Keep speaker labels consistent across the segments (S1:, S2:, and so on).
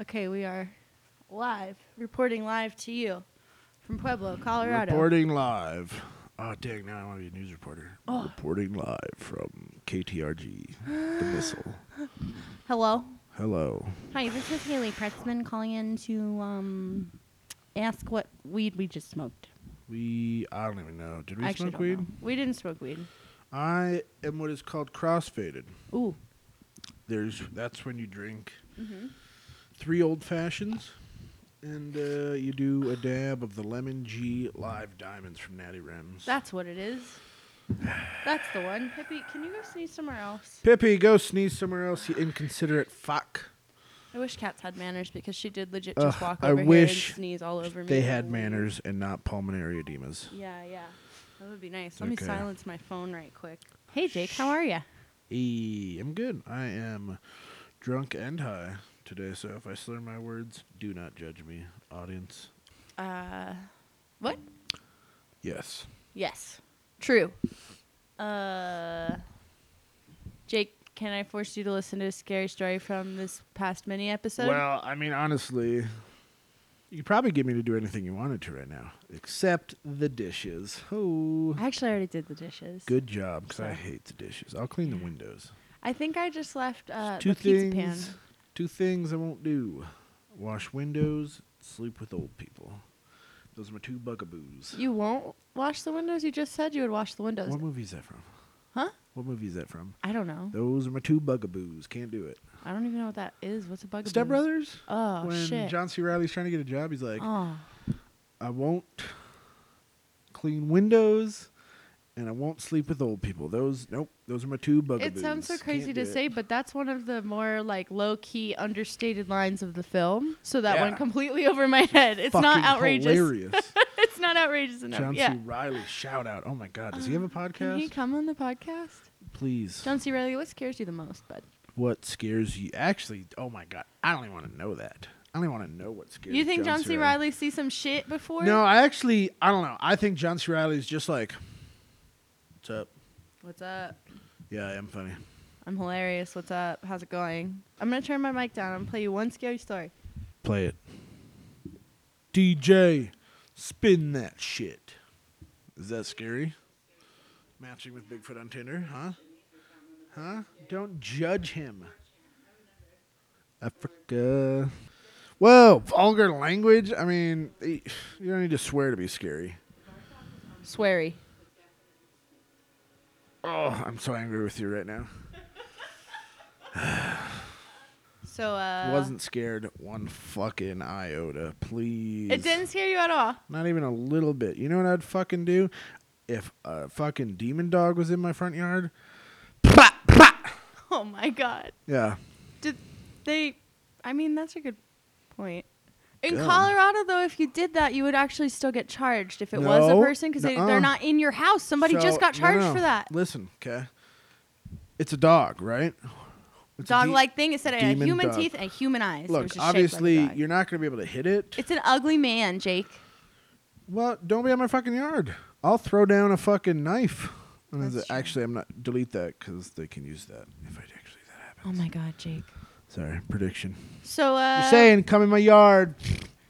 S1: Okay, we are live, reporting live to you from Pueblo, Colorado.
S2: Reporting live. Oh, dang, now I want to be a news reporter.
S1: Oh.
S2: Reporting live from KTRG, the missile.
S1: Hello.
S2: Hello.
S1: Hi, this is Haley Pretzman calling in to um, ask what weed we just smoked.
S2: We, I don't even know. Did we
S1: I actually don't
S2: smoke weed?
S1: know. We didn't smoke weed.
S2: I am what is called crossfaded.
S1: Ooh.
S2: There's, that's when you drink
S1: Mm-hmm.
S2: three old fashions and uh, you do a dab of the Lemon G Live Diamonds from Natty Rems.
S1: That's what it is. That's the one. Pippi, can you go sneeze somewhere else?
S2: Pippi, go sneeze somewhere else, you inconsiderate fuck.
S1: I wish cats had manners because she did legit
S2: Ugh,
S1: just walk
S2: I
S1: over here
S2: wish
S1: and sneeze all over me.
S2: They had manners and not pulmonary edemas.
S1: Yeah, yeah. That would be nice. Let
S2: Okay.
S1: me silence my phone right quick. Hey, Jake, how are you?
S2: Hey, I'm good. I am drunk and high today, so if I slur my words, do not judge me, audience.
S1: Uh, what?
S2: Yes.
S1: Yes. True. Uh, Jake, can I force you to listen to a scary story from this past mini episode?
S2: well, I mean, honestly, you could probably get me to do anything you wanted to right now, except the dishes. Oh,
S1: I actually already did the dishes.
S2: good job, because I
S1: Sorry.
S2: hate the dishes. I'll clean the windows.
S1: I think I just left uh,
S2: two
S1: the
S2: things.
S1: pizza pan.
S2: Two things I won't do: wash windows, sleep with old people. Those are my two bugaboos.
S1: You won't wash the windows? You just said you would wash the windows.
S2: What movie is that from?
S1: Huh?
S2: What movie is that from?
S1: I don't know.
S2: Those are my two bugaboos. Can't do it.
S1: I don't even know what that is. What's a bug?
S2: Step Brothers.
S1: Oh,
S2: when
S1: shit.
S2: John C. Riley's trying to get a job, he's like,
S1: oh.
S2: "I won't clean windows, and I won't sleep with old people." Those, nope. Those are my two bugaboos.
S1: It sounds so
S2: Can't
S1: crazy
S2: do
S1: to
S2: it.
S1: say, but that's one of the more like low key, understated lines of the film. So that
S2: Yeah.
S1: went completely over my head. It's not
S2: Fucking
S1: outrageous.
S2: Hilarious.
S1: It's not outrageous enough.
S2: John
S1: yeah. Um,
S2: C. Riley, shout out! Oh my God, does he have a podcast?
S1: Can he come on the podcast?
S2: Please.
S1: John C. Riley, what scares you the most, bud?
S2: what scares you? Actually, oh my God, I don't even want to know that. I don't even want to know what scares.
S1: You think John, C. Riley sees some shit before?
S2: No, I actually, I don't know. I think John C. Riley's just like, what's up?
S1: What's up?
S2: Yeah, I am funny.
S1: I'm hilarious. What's up? How's it going? I'm gonna turn my mic down and play you one scary story.
S2: Play it. DJ, spin that shit. Is that scary? Matching with Bigfoot on Tinder, huh? Huh? Don't judge him. Africa. Whoa, vulgar language? I mean, eh, you don't need to swear to be scary.
S1: Sweary.
S2: Oh, I'm so angry with you right now.
S1: So uh
S2: Wasn't scared one fucking iota, please.
S1: it didn't scare you at all.
S2: Not even a little bit. You know what I'd fucking do? If a fucking demon dog was in my front yard. Pah, pah.
S1: Oh my god.
S2: Yeah.
S1: Did they? I mean, that's a good point. In
S2: Good.
S1: Colorado, though, if you did that, you would actually still get charged if it was a
S2: No.
S1: person because they,
S2: Nuh-uh.
S1: they're not in your house. Somebody
S2: So-
S1: just got
S2: no,
S1: charged
S2: no.
S1: for that
S2: Listen, okay? It's a dog, right? It's a de-
S1: dog-like thing. It said it had
S2: demon
S1: human
S2: dog.
S1: teeth and human eyes. it was
S2: Look,
S1: just
S2: obviously,
S1: shaped like a dog.
S2: you're not going to be able to hit it.
S1: It's an ugly man, Jake.
S2: Well, don't be on my fucking yard. I'll throw down a fucking knife. And
S1: That's
S2: is it-
S1: true.
S2: Actually, I'm not. Delete that because they can use that if I actually that happens.
S1: Oh my God, Jake.
S2: Sorry, prediction.
S1: So,
S2: You're
S1: uh,
S2: saying, come in my yard,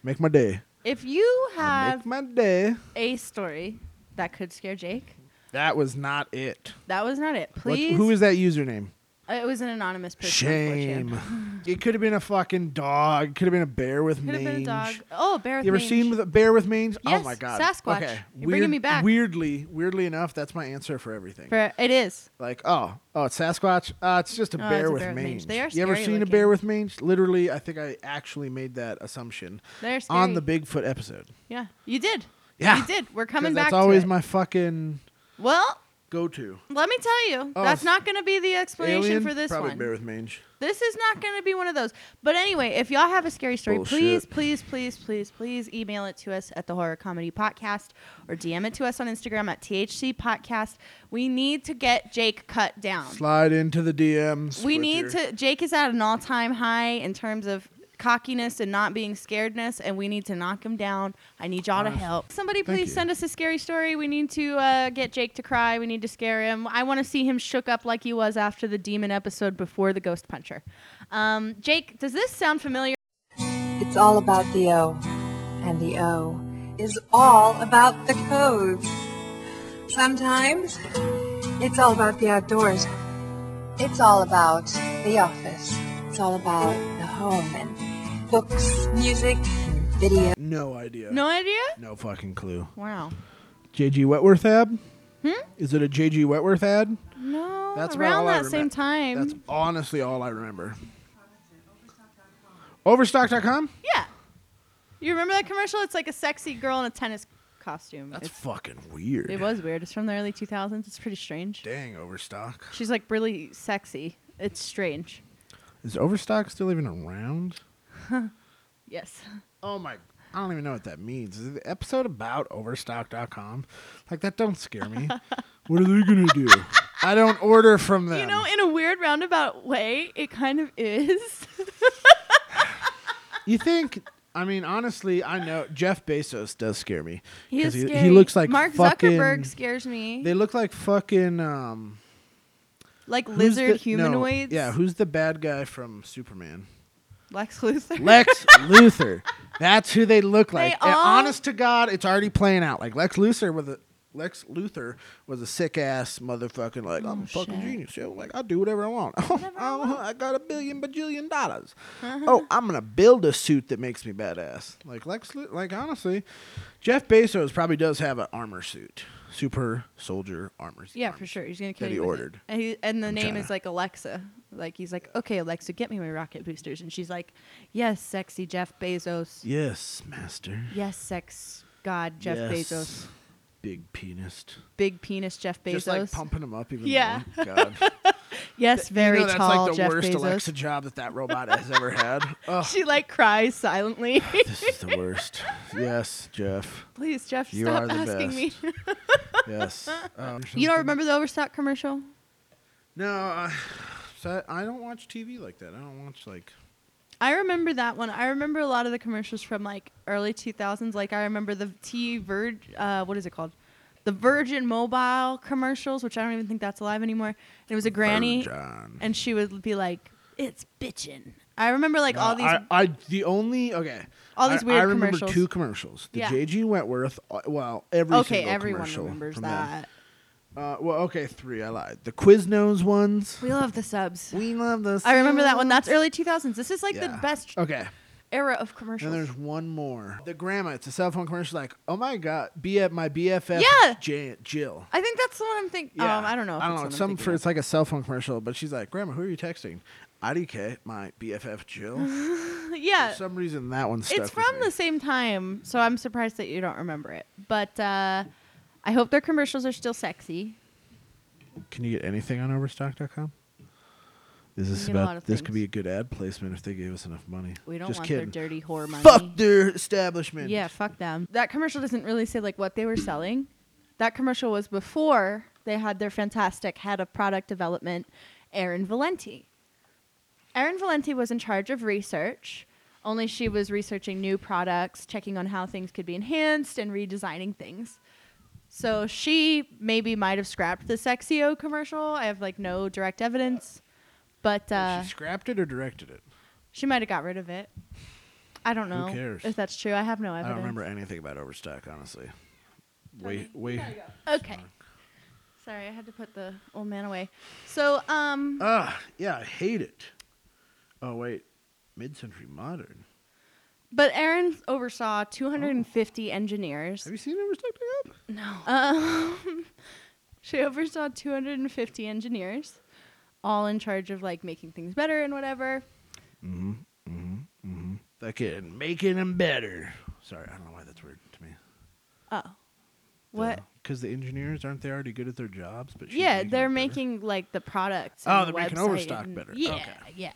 S2: make my day.
S1: if you
S2: I
S1: have
S2: make my day.
S1: a story that could scare Jake,
S2: That was not it.
S1: that was not it.
S2: What-
S1: Please,
S2: who is that username?
S1: Uh, it was an anonymous person.
S2: Shame. it could have been a fucking dog. It could have been a bear with
S1: Could have
S2: mange.
S1: been a dog. Oh, a bear. with
S2: You ever
S1: mange.
S2: seen with a bear with mange? oh
S1: Yes,
S2: my god.
S1: Sasquatch.
S2: Okay.
S1: You're bringing me back.
S2: Weirdly, weirdly enough, that's my answer for everything.
S1: For, it is.
S2: like, oh, oh, it's Sasquatch. Uh, it's just a
S1: Oh,
S2: bear
S1: it's a
S2: with
S1: bear with mange.
S2: mange.
S1: They are
S2: you ever
S1: scary
S2: seen a
S1: looking.
S2: bear with mange? Literally, I think I actually made that assumption
S1: They're scary.
S2: on the Bigfoot episode.
S1: Yeah, you did.
S2: Yeah.
S1: you did. We're coming
S2: 'Cause
S1: back.
S2: That's
S1: to
S2: always
S1: it.
S2: my fucking
S1: Well,
S2: go-to.
S1: let me tell you,
S2: Oh,
S1: that's
S2: s-
S1: not going to be the explanation
S2: Alien?
S1: for this
S2: Probably
S1: one.
S2: bear with mange.
S1: This is not going to be one of those. But anyway, if y'all have a scary story, please,
S2: Bullshit.
S1: please, please, please, please email it to us at the Horror Comedy Podcast or DM it to us on Instagram at THC Podcast. We need to get Jake cut down.
S2: Slide into the DMs.
S1: we
S2: with
S1: need
S2: your-
S1: to. Jake is at an all-time high in terms of cockiness and not being scaredness, and we need to knock him down. I need y'all to
S2: Honest-
S1: help. Somebody
S2: Ah, Thank
S1: please
S2: you.
S1: send us a scary story. We need to uh, get Jake to cry. We need to scare him. I want to see him shook up like he was after the demon episode before the ghost puncher. Um, Jake, does this sound familiar?
S3: It's all about the O, and the O is all about the codes. Sometimes it's all about the outdoors. It's all about the office. It's all about the home and books, music, and video.
S2: No idea.
S1: No idea?
S2: No fucking clue.
S1: Wow.
S2: JG Wetworth ad? Hmm? Is it a JG Wetworth ad?
S1: No.
S2: That's about
S1: Oh, around
S2: all I
S1: that same
S2: remem-
S1: time.
S2: That's honestly all I remember. Overstock.com?
S1: yeah. You remember that commercial? It's like a sexy girl in a tennis costume.
S2: That's
S1: It's-
S2: fucking weird.
S1: it was weird. It's from the early 2000s. It's pretty strange.
S2: Dang, Overstock.
S1: She's like really sexy. It's strange.
S2: Is Overstock still even around?
S1: Yes.
S2: Oh my. I don't even know what that means. Is it the episode about Overstock.com? Like, that don't scare me. what are they going to do? I don't order from them.
S1: You know, in a weird roundabout way, it kind of is.
S2: You think? I mean, honestly, I know Jeff Bezos does scare me.
S1: He is
S2: 'Cause
S1: scary.
S2: he looks like
S1: Mark
S2: fucking,
S1: Zuckerberg scares me.
S2: They look like fucking um,
S1: like
S2: who's
S1: lizard
S2: the- no,
S1: humanoids.
S2: yeah, who's the bad guy from Superman?
S1: Lex Luthor.
S2: Lex Luthor. That's who they look like. and
S1: all-
S2: honest to God, it's already playing out. Like Lex Luthor with a Lex Luthor was a sick ass motherfucking like I'm a fucking
S1: Oh, shit.
S2: genius. Yo, like I do whatever I want. Oh,
S1: Whatever I Uh-huh.
S2: I, got a billion bajillion dollars. Oh, I'm gonna build a suit that makes me badass. Like Lex, Lu- like honestly, Jeff Bezos probably does have an armor suit, super soldier armor.
S1: yeah,
S2: armor
S1: for
S2: suit.
S1: sure. He's gonna kill
S2: that he
S1: you. with it.
S2: ordered
S1: And, he, and the
S2: from
S1: name
S2: China.
S1: is like Alexa. Like he's like, okay, Alexa, get me my rocket boosters, and she's like, yes, sexy Jeff Bezos.
S2: Yes, master.
S1: Yes, sex god Jeff
S2: Yes,
S1: Bezos.
S2: Big penis.
S1: Big penis Jeff Bezos.
S2: Just like pumping him up even
S1: Yeah.
S2: more. God.
S1: yes, very
S2: you know, that's
S1: tall
S2: like the
S1: Jeff
S2: worst
S1: Bezos.
S2: Alexa job that that robot has ever had. Ugh,
S1: She like cries silently.
S2: this is the worst. Yes, Jeff.
S1: Please, Jeff,
S2: You
S1: stop
S2: are the
S1: asking me.
S2: Yes. Um,
S1: you don't remember the Overstock commercial?
S2: No, I, so I I don't watch TV like that. I don't watch like.
S1: I remember that one. I remember a lot of the commercials from like early 2000s. Like I remember the T Virg, uh, what is it called? The Virgin Mobile commercials, which I don't even think that's alive anymore. And it was a granny,
S2: John.
S1: and she would be like, "It's bitchin." I remember like all these.
S2: I, I the only okay.
S1: All these
S2: I-
S1: weird
S2: I remember
S1: commercials.
S2: two commercials. The
S1: Yeah.
S2: JG Wentworth. uh, Well, every
S1: okay,
S2: single
S1: everyone
S2: commercial
S1: remembers
S2: from them.
S1: that.
S2: Uh, well, okay, three. I lied. The Quiznos ones.
S1: We love the subs.
S2: We love those.
S1: I remember that one. That's early 2000s. This is like
S2: Yeah.
S1: the best
S2: Okay.
S1: era of
S2: And
S1: commercials.
S2: there's one more. The grandma. It's a cell phone commercial. Like, oh my god, be at my BFF.
S1: Yeah.
S2: Jan- Jill.
S1: I think that's the one I'm thinking.
S2: Yeah.
S1: Um, I don't know. If
S2: I
S1: it's the
S2: don't know. It's
S1: one I'm
S2: some
S1: thinking
S2: for
S1: of.
S2: it's like a cell phone commercial, but she's like, Grandma, who are you texting? IDK, my BFF Jill.
S1: yeah.
S2: For some reason, that one stuck.
S1: it's from the same time, so I'm surprised that you don't remember it. But uh, I hope their commercials are still sexy.
S2: the. Can you get anything on Overstock.com? Is
S1: You
S2: this
S1: get a lot
S2: about?
S1: of
S2: This could
S1: things.
S2: be a good ad placement if they gave us enough money.
S1: We don't
S2: Just
S1: want
S2: kidding.
S1: their dirty whore money.
S2: Fuck their establishment.
S1: yeah, fuck them. That commercial doesn't really say like what they were selling. That commercial was before they had their fantastic head of product development, Erin Valenti. Erin Valenti was in charge of research. Only she was researching new products, checking on how things could be enhanced, and redesigning things. So she maybe might have scrapped the Sexio commercial. I have like no direct evidence, but uh,
S2: she scrapped it or directed it.
S1: she might have got rid of it. I don't know
S2: cares?
S1: if that's true. I have no
S2: I
S1: evidence.
S2: don't remember anything about Overstock, honestly. Way, way.
S1: Okay. Sorry, I had to put the old man away. So, um,
S2: Ah, yeah, I hate it. Oh wait, mid-century modern.
S1: but Aaron oversaw 250
S2: Oh.
S1: engineers.
S2: Have you seen Overstock.com?
S1: Um, she oversaw 250 engineers, all in charge of like making things better and whatever.
S2: Fucking making them better. Sorry, I don't know why that's weird to me.
S1: Oh, what?
S2: Because the engineers aren't they already good at their jobs? But she's
S1: Yeah,
S2: making
S1: they're
S2: them better?
S1: making like the products.
S2: Oh,
S1: and the
S2: they're making
S1: website
S2: Overstock
S1: and-
S2: better.
S1: Yeah,
S2: Okay.
S1: yeah.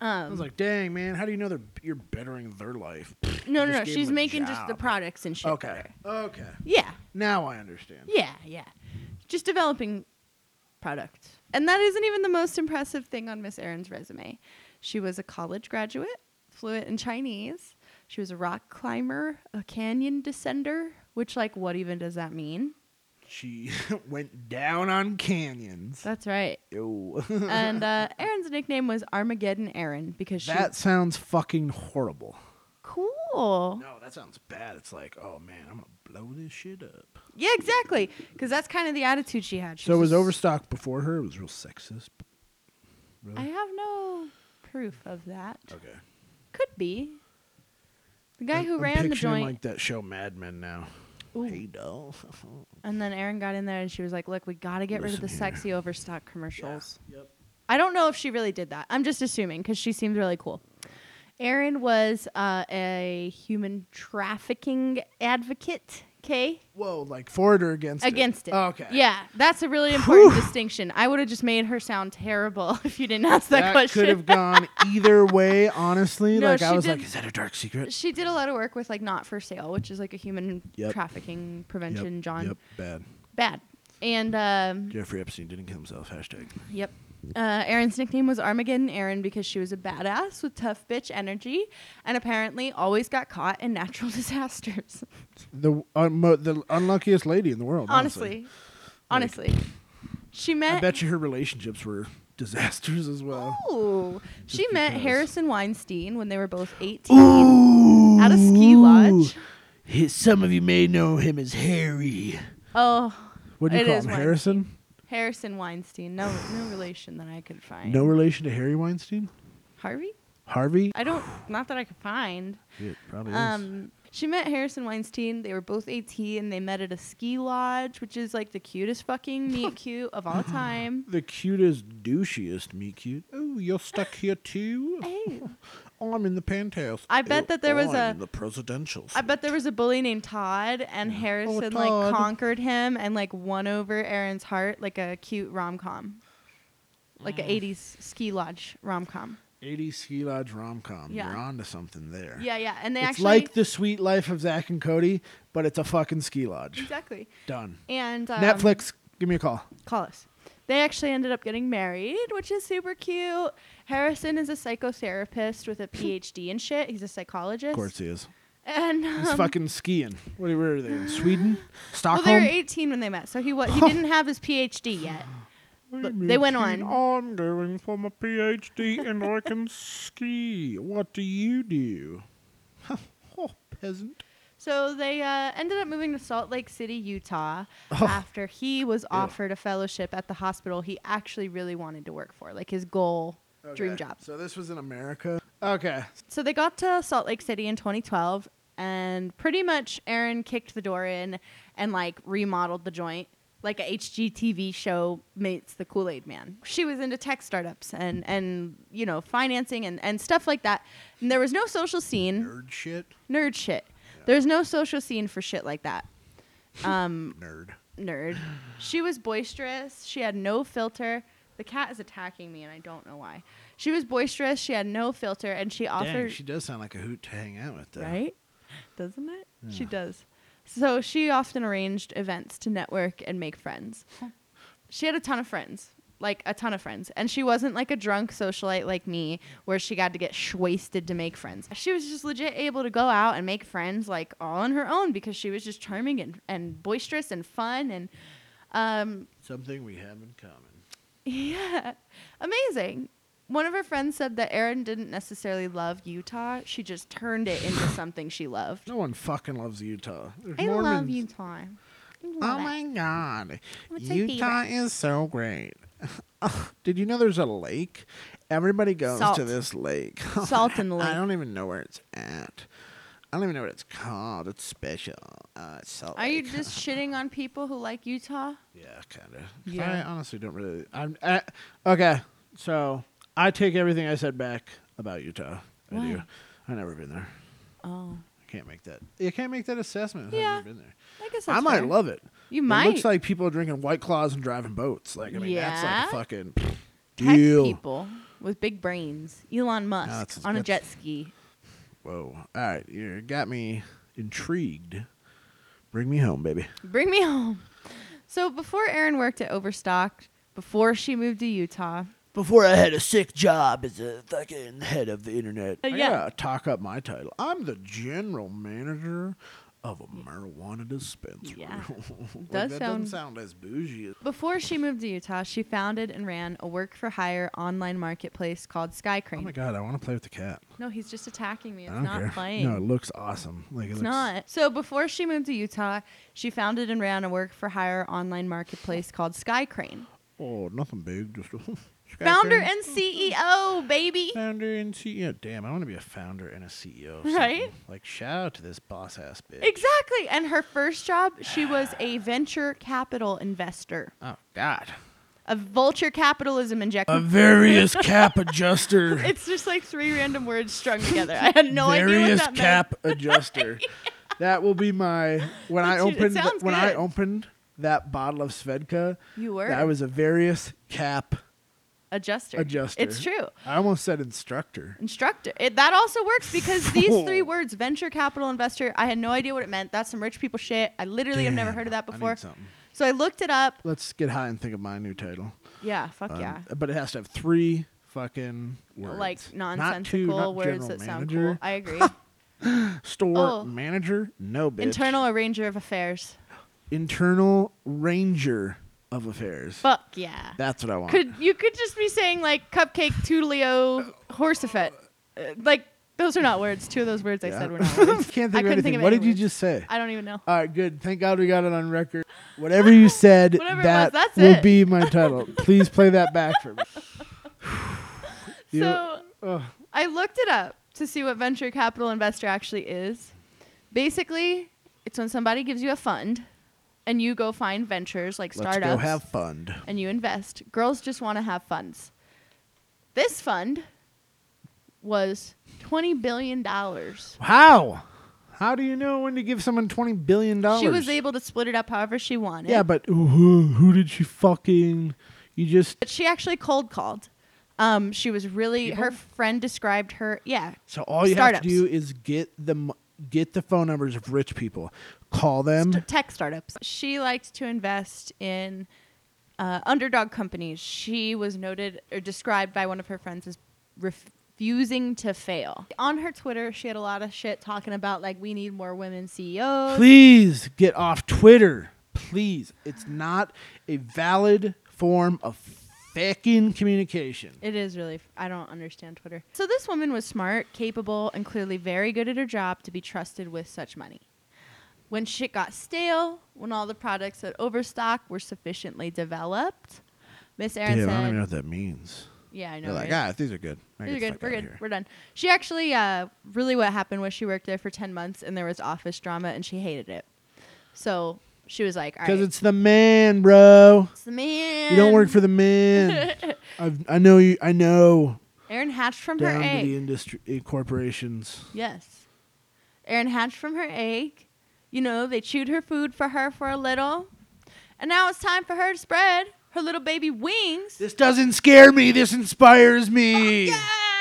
S2: I was like, dang man, how do you know they're you're bettering their life? Pfft,
S1: um, No,
S2: you
S1: no,
S2: just
S1: no.
S2: gave
S1: She's
S2: them a
S1: making just the
S2: job.
S1: products and shit.
S2: Okay,
S1: better.
S2: okay.
S1: Yeah.
S2: Now I understand.
S1: Yeah, yeah. Just developing product. And that isn't even the most impressive thing on Miss Aaron's resume. She was a college graduate, fluent in Chinese. She was a rock climber, a canyon descender, which like what even does that mean?
S2: She went down on canyons.
S1: That's right.
S2: Yo.
S1: and uh, Aaron's nickname was Armageddon Aaron because she
S2: that sounds fucking horrible.
S1: cool.
S2: No, that sounds bad. It's like, oh man, I'm gonna blow this shit up.
S1: Yeah, exactly. Because that's kind of the attitude she had. She
S2: So it was
S1: just-
S2: Overstock before her. It was real sexist.
S1: I have no proof of that.
S2: Okay.
S1: Could be. The guy
S2: I'm-
S1: who
S2: I'm
S1: ran the
S2: picturing,
S1: joint,
S2: like that show Mad Men now.
S1: Ooh.
S2: Hey, doll.
S1: and then Erin got in there and she was like, "Look, we got to get rid of the
S2: Listen here.
S1: sexy Overstock commercials."
S2: Yep.
S1: I don't know if she really did that. I'm just assuming because she seems really cool. Erin was uh, a human trafficking advocate. Okay.
S2: Whoa, like for it or against it?
S1: Against it.
S2: Oh, Okay.
S1: Yeah, that's a really important distinction. I would have just made her sound terrible if you didn't ask that,
S2: That
S1: question.
S2: could have gone either way, honestly.
S1: No,
S2: like I
S1: she
S2: was
S1: did-
S2: like, is that a dark secret?
S1: she did a lot of work with like not for sale, which is like a human
S2: Yep.
S1: trafficking
S2: Yep,
S1: prevention. John,
S2: Yep, bad.
S1: bad. And um,
S2: Jeffrey Epstein didn't kill himself. Hashtag.
S1: Yep. Uh, Erin's nickname was Armageddon Erin because she was a badass with tough bitch energy and apparently always got caught in natural disasters.
S2: The uh, mo- the unluckiest lady in the world.
S1: honestly. Honestly. She
S2: I
S1: met
S2: bet you her relationships were disasters as well.
S1: Ooh. She
S2: Just
S1: met
S2: because.
S1: Harrison Weinstein when they were both 18 at a ski lodge.
S2: His, some of you may know him as Harry.
S1: Oh,
S2: What do you
S1: It
S2: call
S1: is
S2: him?
S1: Weinstein.
S2: Harrison?
S1: Harrison Weinstein. No no relation that I could find.
S2: No relation to Harry Weinstein?
S1: Harvey?
S2: Harvey?
S1: I don't not that I could find.
S2: It probably is.
S1: Um, she met Harrison Weinstein. They were both 18. They met at a ski lodge, which is like the cutest fucking meet cute of all time.
S2: The cutest, douchiest meet cute. Oh, you're stuck here too?
S1: Hey.
S2: I'm in the penthouse. Oh,
S1: I bet that there was
S2: I'm
S1: a-
S2: in the presidential.
S1: I bet there was a bully named Todd, and Harrison
S2: Todd.
S1: like conquered him and like won over Aaron's heart like a cute rom com, like an 80s ski lodge rom com.
S2: 80s ski lodge rom com.
S1: Yeah.
S2: You're onto something there.
S1: Yeah, yeah, and they
S2: It's
S1: actually
S2: like the sweet life of Zach and Cody, but it's a fucking ski lodge.
S1: exactly
S2: Done.
S1: and um,
S2: Netflix, give me a call.
S1: call us. They actually ended up getting married, which is super cute. Harrison is a psychotherapist with a PhD and shit. He's a psychologist.
S2: Of course he is.
S1: And
S2: He's
S1: um,
S2: fucking skiing. What are, where are they? In Sweden?
S1: well, they were
S2: Stockholm?
S1: 18 when they met, so he wa- he didn't have his PhD yet.
S2: What
S1: But
S2: do you
S1: they
S2: mean
S1: went on.
S2: skiing? I'm going for my PhD and I can ski. What do you do? oh, peasant.
S1: So they uh, ended up moving to Salt Lake City, Utah,
S2: Oh.
S1: after he was offered a fellowship at the hospital he actually really wanted to work for, like his goal, dream job.
S2: So this was in America. Okay.
S1: So they got to Salt Lake City in 2012, and pretty much Aaron kicked the door in and like remodeled the joint like a HGTV show mates the Kool Aid Man. She was into tech startups and and you know financing and and stuff like that. And there was no social scene,
S2: Nerd shit.
S1: nerd shit. There's no social scene for shit like that. Um,
S2: Nerd.
S1: nerd. She was boisterous. She had no filter. The cat is attacking me, and I don't know why. She was boisterous. She had no filter, and she
S2: Dang,
S1: offered.
S2: she does sound like a hoot to hang out with, though.
S1: Right? Doesn't it? She does. So she often arranged events to network and make friends. She had a ton of friends, like a ton of friends. And she wasn't like a drunk socialite like me where she got to get sh- wasted to make friends. She was just legit able to go out and make friends like all on her own because she was just charming and, and boisterous and fun and um,
S2: Something we have in common.
S1: yeah, amazing. One of her friends said that Erin didn't necessarily love Utah. She just turned it into something she loved.
S2: No one fucking loves Utah. There's
S1: I
S2: Mormons.
S1: love Utah. I
S2: Oh
S1: love it.
S2: my god.
S1: What's your
S2: Utah is so great. Did you know there's a lake? Everybody goes
S1: Salt.
S2: to this lake.
S1: Salt in the
S2: I
S1: lake.
S2: don't even know where it's at. I don't even know what it's called. It's special. Uh, it's Salt
S1: Are you
S2: Lake.
S1: just shitting on people who like Utah?
S2: Yeah, kind of.
S1: Yeah.
S2: I honestly don't really. I'm I, okay. So I take everything I said back about Utah. I do.
S1: Why?
S2: I've never been there.
S1: Oh,
S2: I can't make that. You can't make that assessment. If
S1: Yeah.
S2: I've never been there.
S1: I guess that's
S2: I might
S1: fair.
S2: love it.
S1: You
S2: It
S1: might
S2: looks like people are drinking white claws and driving boats. Like I mean, that's like
S1: Yeah.
S2: a fucking
S1: tech
S2: deal.
S1: people with big brains. Elon Musk
S2: that's-
S1: on a
S2: that's-
S1: jet ski.
S2: Whoa! All right, you got me intrigued. Bring me home, baby.
S1: Bring me home. So before Erin worked at Overstock, before she moved to Utah,
S4: before I had a sick job as a fucking head of the internet.
S1: Uh,
S2: I
S1: yeah.
S2: gotta talk up my title. I'm the general manager of a marijuana dispensary.
S1: Yeah.
S2: Like,
S1: Does
S2: that doesn't
S1: sound-
S2: sound as bougie as
S1: Before she moved to Utah, she founded and ran a work for hire online marketplace called Skycrane.
S2: Oh my god, I want to play with the cat.
S1: No, he's just attacking me.
S2: I
S1: It's
S2: don't
S1: not
S2: care.
S1: playing.
S2: No, it looks awesome. Like it
S1: It's
S2: looks
S1: not. So before she moved to Utah, she founded and ran a work for hire online marketplace called Skycrane.
S2: Oh, nothing big, just a
S1: Founder and CEO, baby.
S2: founder and CEO. Damn, I want to be a founder and a CEO. of
S1: Right?
S2: something. Like shout out to this boss ass bitch.
S1: Exactly. And her first job, she was a venture capital investor.
S2: oh god.
S1: A vulture capitalism injection.
S2: A various cap adjuster.
S1: it's just like three random words strung together. I had no idea what
S2: various
S1: that meant.
S2: cap adjuster. That will be my when I
S1: It
S2: opened th-
S1: sounds
S2: when I
S1: good.
S2: opened that bottle of Svedka.
S1: You were.
S2: I was a various cap
S1: adjuster.
S2: adjuster.
S1: It's true.
S2: I almost said instructor.
S1: Instructor. It, that also works because these three words, venture capital investor, I had no idea what it meant. That's some rich people shit. I literally have never
S2: Damn,
S1: heard of that
S2: I need
S1: before.
S2: something.
S1: so I looked it up.
S2: Let's get high and think of my new title.
S1: Yeah, fuck
S2: Um,
S1: yeah.
S2: But it has to have three fucking words.
S1: Like
S2: Not two,
S1: nonsensical
S2: not
S1: words
S2: general
S1: that sound cool.
S2: manager,
S1: I agree.
S2: Store
S1: Oh.
S2: manager? No, bitch.
S1: Internal arranger of affairs.
S2: Internal ranger of affairs.
S1: Fuck yeah.
S2: That's what I want.
S1: could you could just be saying like cupcake Tulio horsefet. Uh, like those are not words. Two of those words I
S2: Yeah.
S1: said were not words. I
S2: Can't think of
S1: couldn't
S2: anything.
S1: think of
S2: what
S1: any
S2: did you
S1: words.
S2: just say?
S1: I don't even know.
S2: All right, good. Thank God we got it on record. Whatever you said,
S1: Whatever it was,
S2: that
S1: that's
S2: will
S1: it.
S2: be my title. Please play that back for me. You-
S1: so
S2: ugh.
S1: I looked it up to see what venture capital investor actually is. Basically, it's when somebody gives you a fund and you go find ventures like
S2: Let's
S1: startups
S2: go have fun.
S1: and you invest. Girls just want to have funds. This fund was $20 billion.
S2: How? How do you know when to give someone twenty billion dollars?
S1: She was able to split it up however she wanted.
S2: Yeah, but who, who did she fucking? You just
S1: But she actually cold called. Um, she was really, her friend described her, yeah,
S2: so all you
S1: Startups.
S2: have to do is get the mo- get the phone numbers of rich people, call them.
S1: st- tech startups. She likes to invest in uh, underdog companies. She was noted or described by one of her friends as refusing to fail. On her Twitter, she had a lot of shit talking about like we need more women E CEOs.
S2: Please get off Twitter. Please, it's not a valid form of fucking communication.
S1: It is really. f- I don't understand Twitter. So this woman was smart, capable, and clearly very good at her job to be trusted with such money. When shit got stale, when all the products at Overstock were sufficiently developed, Miss Aaron
S2: Dude,
S1: said,
S2: I don't even know what that means.
S1: "Yeah, I know."
S2: They're like,
S1: right?
S2: ah, these are good. I
S1: These are
S2: get
S1: good.
S2: the
S1: We're
S2: fuck
S1: good.
S2: outta here."
S1: We're done. She actually, uh, really, what happened was she worked there for ten months, and there was office drama, and she hated it. So she was like, "All right,
S2: it's the man, bro.
S1: it's the man."
S2: You don't work for the man. I've, I know you. I know
S1: Aaron hatched from her
S2: down to the
S1: egg.
S2: industry eh, corporations.
S1: Yes. Erin hatched from her egg. You know, they chewed her food for her for a little. And now it's time for her to spread her little baby wings.
S2: This doesn't scare me. This inspires
S1: Oh,
S2: me.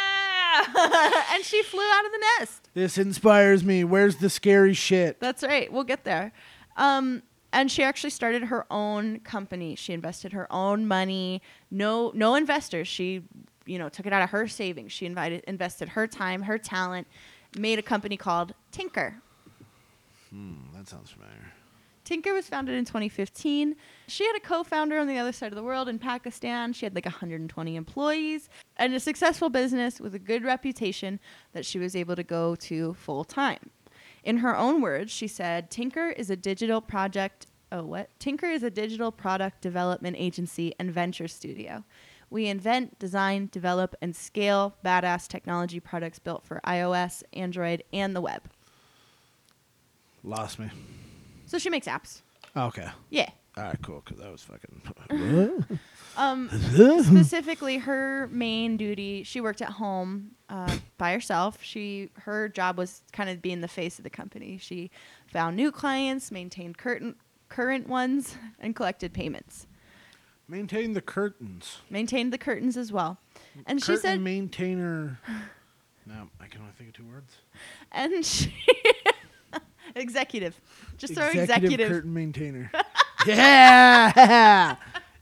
S1: Yeah! and she flew out of the nest.
S2: This inspires me. Where's the scary shit?
S1: That's right. We'll get there. Um, and she actually started her own company. She invested her own money. No, no investors. She, you know, took it out of her savings. She invited, invested her time, her talent, made a company called Tinker.
S2: Mm, that sounds familiar.
S1: Tinker was founded in 2015. She had a co founder on the other side of the world in Pakistan. She had like 120 employees and a successful business with a good reputation that she was able to go to full time. In her own words, she said, Tinker is a digital project. Oh, what? Tinker is a digital product development agency and venture studio. We invent, design, develop, and scale badass technology products built for iOS, Android, and the web.
S2: Lost me.
S1: So she makes apps.
S2: Okay.
S1: Yeah.
S2: All right, cool. Because that was fucking.
S1: Um, specifically her main duty she worked at home uh, by herself she her job was kind of being the face of the company she found new clients maintained current current ones and collected payments
S2: Maintain the curtains.
S1: maintained the curtains as well and she
S2: Curtain
S1: said
S2: maintainer. No, I can only think of two words.
S1: and she executive just throw executive
S2: curtain maintainer. yeah.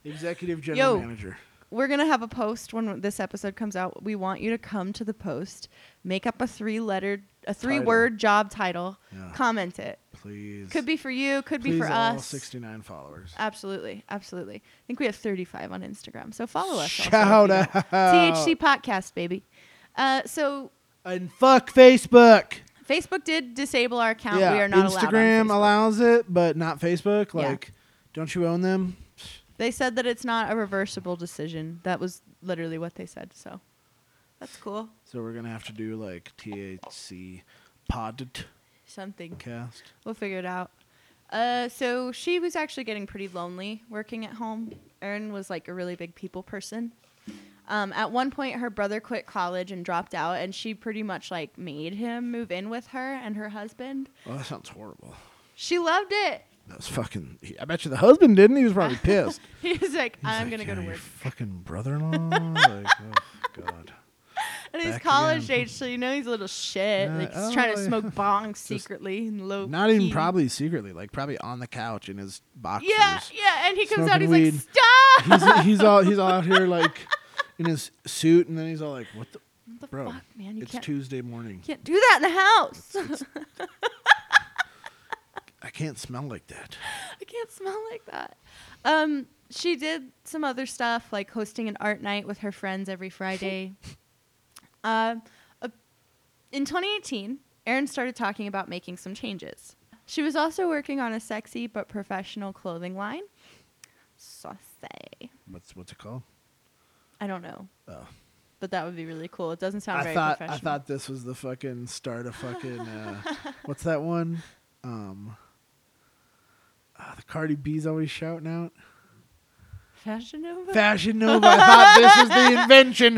S2: Executive general
S1: Yo.
S2: manager.
S1: we're gonna have a post when this episode comes out. We want you to come to the post, make up a three-lettered, a three-word job title,
S2: Yeah.
S1: comment it,
S2: please.
S1: Could be for you, could
S2: please
S1: be for
S2: all
S1: us.
S2: 69 followers.
S1: Absolutely, absolutely. I think we have 35 on Instagram, so follow us. also if
S2: Shout
S1: you don't.
S2: out.
S1: THC podcast, baby. Uh, so
S2: And fuck Facebook.
S1: Facebook did disable our account.
S2: yeah,
S1: we are not
S2: Instagram
S1: allowed. on Facebook.
S2: allows it, but not Facebook.
S1: Yeah.
S2: Like, don't you own them?
S1: They said that it's not a reversible decision. That was literally what they said. So that's cool.
S2: So we're gonna have to do like THC podcast.
S1: Something we'll figure it out. Uh, so she was actually getting pretty lonely working at home. Erin was like a really big people person. Um, at one point, her brother quit college and dropped out, and she pretty much like made him move in with her and her husband.
S2: Well, Oh, that sounds horrible.
S1: She loved it.
S2: That's fucking. I bet you the husband didn't. He was probably pissed.
S1: He was like,
S2: He's
S1: "I'm
S2: like,
S1: gonna go
S2: "Yeah,
S1: to
S2: your
S1: work,"
S2: Fucking brother-in-law. like, oh god.
S1: and he's
S2: back
S1: college
S2: again.
S1: age, so you know he's a little shit.
S2: Uh,
S1: like he's trying to
S2: oh,
S1: smoke
S2: yeah.
S1: bongs secretly and low.
S2: Not even
S1: key.
S2: probably secretly. Like probably on the couch in his boxers.
S1: Yeah, yeah. And he comes out,
S2: Smoking
S1: he's
S2: weed.
S1: like, "Stop!"
S2: he's, he's all he's all out here like in his suit, and then he's all like, "What the
S1: What the
S2: bro?
S1: fuck, man? You
S2: it's
S1: can't,
S2: Tuesday morning.
S1: can't do that in the house.
S2: I can't smell like that."
S1: I can't smell like that. Um, she did some other stuff like hosting an art night with her friends every Friday. Um, uh, in 2018, Erin started talking about making some changes. She was also working on a sexy but professional clothing line. Saucy.
S2: What's what's it called?
S1: I don't know,
S2: Oh,
S1: but that would be really cool. It doesn't sound
S2: I
S1: very
S2: thought I
S1: professional.
S2: thought this was the fucking start of fucking uh, what's that one? Um, ah, the Cardi B's always shouting out
S1: Fashion Nova.
S2: Fashion Nova. I thought this was the invention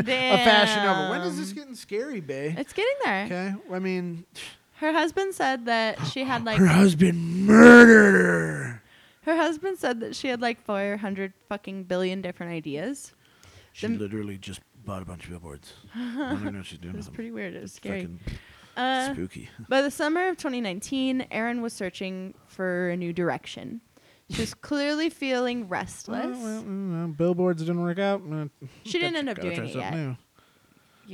S2: of Fashion Nova. When is this
S1: Damn.
S2: getting scary, Bay?
S1: it's getting there.
S2: Okay, I mean,
S1: Her husband said that she had like
S2: her husband murdered her.
S1: Her husband said that she had like 400 fucking billion different ideas.
S2: She
S1: The-
S2: literally just bought a bunch of billboards. I don't know what she's doing.
S1: It was
S2: with them.
S1: pretty weird. It was
S2: It's
S1: scary.
S2: fucking
S1: Uh,
S2: spooky.
S1: by the summer of 2019, Erin was searching for a new direction. She was clearly feeling restless.
S2: Well, well, mm, uh, billboards didn't work out. uh,
S1: She didn't
S2: gotta-
S1: end up
S2: gotta
S1: doing
S2: try
S1: it
S2: something
S1: yet.
S2: new.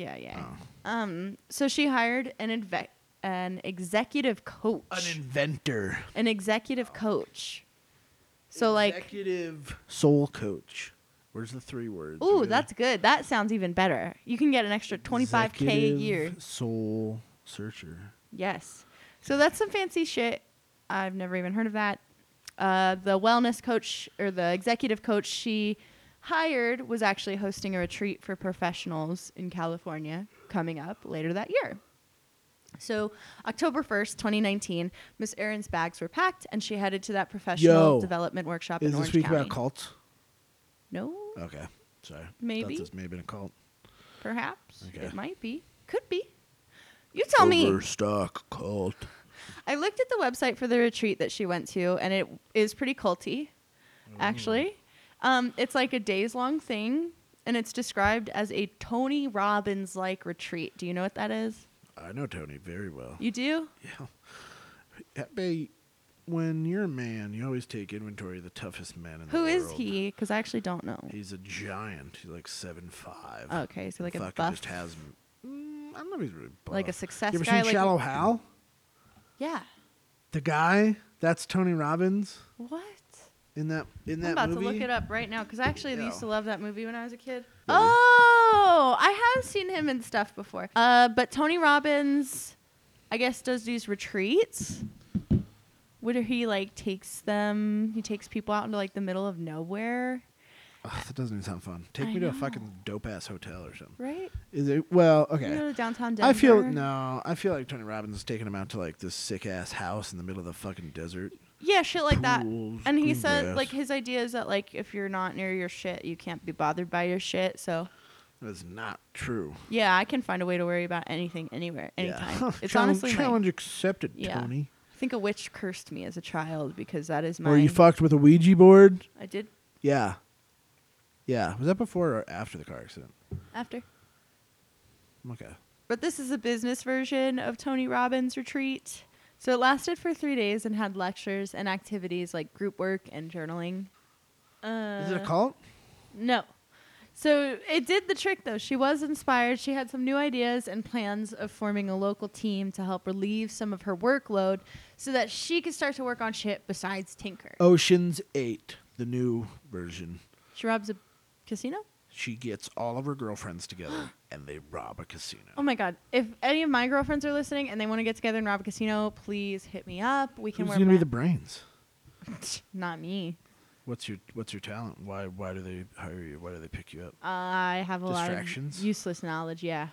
S1: yeah, yeah.
S2: Oh.
S1: Um, so she hired an, inve- an executive coach.
S2: An inventor.
S1: an executive coach. So, like,
S2: executive soul coach. Where's the three words?
S1: ooh,
S2: Okay.
S1: that's good. That sounds even better. You can get an extra 25K a
S2: Executive
S1: year.
S2: Soul searcher.
S1: Yes. So that's some fancy shit. I've never even heard of that. Uh, the wellness coach or the executive coach she hired was actually hosting a retreat for professionals in California coming up later that year. So, October 1st, 2019, Miss Aaron's bags were packed and she headed to that professional
S2: Yo.
S1: development workshop
S2: Is
S1: in
S2: this
S1: Orange
S2: week
S1: County.
S2: about Oh. cults?
S1: No,
S2: Okay, sorry.
S1: Maybe.
S2: That's maybe a cult.
S1: perhaps.
S2: Okay.
S1: It might be. Could be. You tell me.
S2: Overstock cult.
S1: I looked at the website for the retreat that she went to, and it is pretty culty, actually. Um, it's like a days long thing, and it's described as a Tony Robbins like retreat. Do you know what that is?
S2: I know Tony very well.
S1: You do?
S2: Yeah. I bet when you're a man, you always take inventory of the toughest men in
S1: Who
S2: the
S1: is
S2: world.
S1: he? Because I actually don't know.
S2: He's a giant. He's like seven five.
S1: Okay, so like a
S2: Fucking
S1: buff.
S2: Just has. Mm, I don't know if he's really buff.
S1: Like a success
S2: You ever
S1: guy,
S2: seen
S1: like-
S2: Shallow Hal?
S1: yeah.
S2: The guy that's Tony Robbins
S1: What?
S2: in that in that
S1: I'm about
S2: movie.
S1: to look it up right now because I actually
S2: Yeah.
S1: used to love that movie when I was a kid. Oh, I have seen him in stuff before. Uh, but Tony Robbins, I guess, does these retreats where he like takes them. He takes people out into like the middle of nowhere,
S2: Ugh, that doesn't even sound fun. Take
S1: I
S2: me to a
S1: know.
S2: fucking dope ass hotel or something.
S1: right?
S2: Is it? Well,
S1: You know,
S2: okay.
S1: to downtown Denver.
S2: I feel no. I feel like Tony Robbins is taking him out to like this sick ass house in the middle of the fucking desert.
S1: Yeah, shit like that.
S2: Pools,
S1: And he
S2: green
S1: said
S2: grass.
S1: like his idea is that like if you're not near your shit, you can't be bothered by your shit. So
S2: That's not true.
S1: yeah, I can find a way to worry about anything, anywhere, anytime. It's
S2: Challenge-
S1: honestly my-
S2: challenge accepted,
S1: Yeah.
S2: Tony.
S1: I think a witch cursed me as a child because that is my.
S2: Or you fucked with a Ouija board?
S1: I did
S2: Yeah. Yeah. Was that before or after the car accident?
S1: after.
S2: Okay.
S1: But this is a business version of Tony Robbins retreat. So it lasted for three days and had lectures and activities like group work and journaling. Uh,
S2: Is it a cult?
S1: No. So it did the trick, though. She was inspired. She had some new ideas and plans of forming a local team to help relieve some of her workload so that she could start to work on shit besides Tinker.
S2: Oh. Ocean's Eight, the new version.
S1: She robs a casino?
S2: She gets all of her girlfriends together and they rob a casino.
S1: Oh my God. If any of my girlfriends are listening and they want to get together and rob a casino, please hit me up. We can
S2: Who's
S1: work
S2: gonna be the brains?
S1: Not me.
S2: What's your What's your talent? Why Why do they hire you? Why do they pick you up?
S1: I have a lot of
S2: Distractions?
S1: useless knowledge, yeah.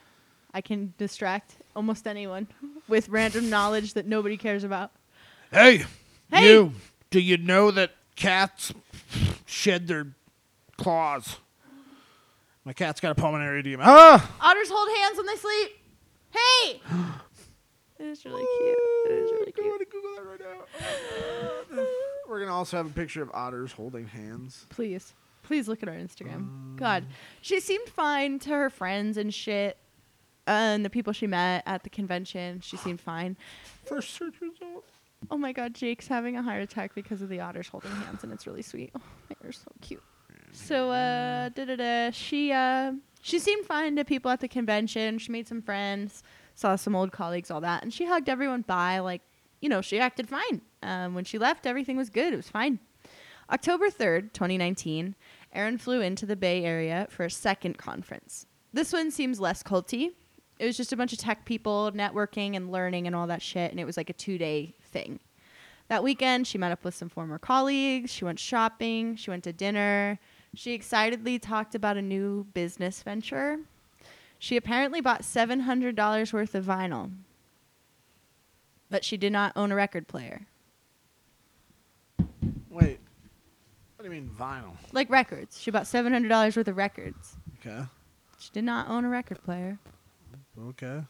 S1: I can distract almost anyone with random knowledge that nobody cares about.
S2: Hey,
S1: Hey! you,
S2: Do you know that cats shed their claws? My cat's got a pulmonary edema. Ah!
S1: Otters hold hands when they sleep. Hey! it is really cute. It is really cute.
S2: Google that right now. We're gonna also have a picture of otters holding hands.
S1: Please. Please look at our Instagram.
S2: Um.
S1: God. She seemed fine to her friends and shit. uh, and the people she met at the convention, she seemed fine.
S2: First search result.
S1: Oh my god, Jake's having a heart attack because of the otters holding hands, and it's really sweet. Oh, they're so cute. So, uh, da da da. She, uh, she seemed fine to people at the convention. She made some friends, saw some old colleagues, all that, and she hugged everyone by. Like, you know, she acted fine. Um, when she left, everything was good. It was fine. October 3rd, 2019, Erin flew into the Bay Area for a second conference. This one seems less culty. It was just a bunch of tech people networking and learning and all that shit, and it was like a two day thing. That weekend, she met up with some former colleagues, she went shopping, she went to dinner, she excitedly talked about a new business venture. She apparently bought $700 worth of vinyl, but she did not own a record player.
S2: Wait. What do you mean vinyl?
S1: Like records. She bought $700 worth of records.
S2: Okay.
S1: She did not own a record player.
S2: Okay.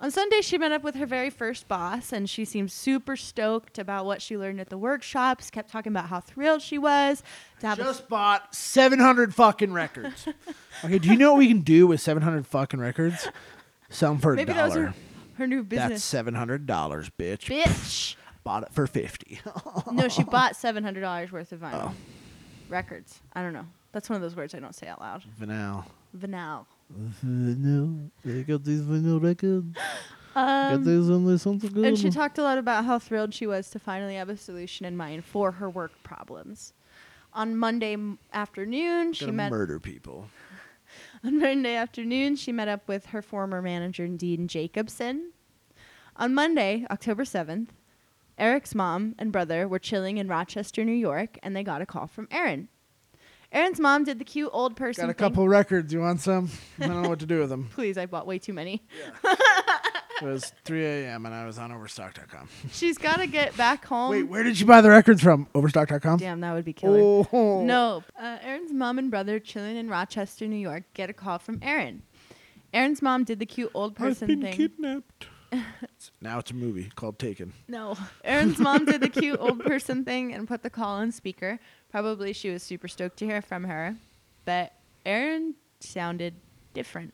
S1: On Sunday, she met up with her very first boss, and she seemed super stoked about what she learned at the workshops. Kept talking about how thrilled she was to have. a-
S2: Just bought 700 fucking records. okay, do you know what we can do with 700 fucking records? Some for a
S1: maybe that was
S2: dollar.
S1: her, her new
S2: That's
S1: business.
S2: $700, bitch.
S1: Bitch.
S2: Bought it for 50.
S1: no, she bought seven hundred dollars worth of vinyl
S2: Oh.
S1: records. I don't know. That's one of those words I don't say out loud.
S2: Vinyl.
S1: Vinyl.
S4: Vinyl. They got these vinyl records. got
S1: Um,
S4: these on this on the
S1: and she
S4: good.
S1: talked a lot about how thrilled she was to finally have a solution in mind for her work problems. On Monday m- afternoon, she
S2: Gonna
S1: met
S2: murder people.
S1: On Monday afternoon, she met up with her former manager, Dean Jacobson. On Monday, October 7th, Eric's mom and brother were chilling in Rochester, New York, and they got a call from Erin. Erin's mom did the cute old person.
S2: Got a
S1: thing.
S2: couple records. You want some? I don't know what to do with them.
S1: Please, I bought way too many.
S2: It was 3 a.m. and I was on Overstock.com.
S1: She's got to get back home.
S2: Wait, where did you buy the records from? Overstock.com?
S1: Um, Damn, that would be killer.
S2: Oh.
S1: No, uh, Aaron's mom and brother chilling in Rochester, New York, get a call from Aaron. Aaron's mom did the cute old
S2: I've
S1: person
S2: been
S1: thing.
S2: kidnapped. now it's a movie called Taken.
S1: No. Erin's mom did the cute old person thing and put the call on speaker. Probably she was super stoked to hear from her, but Erin sounded different.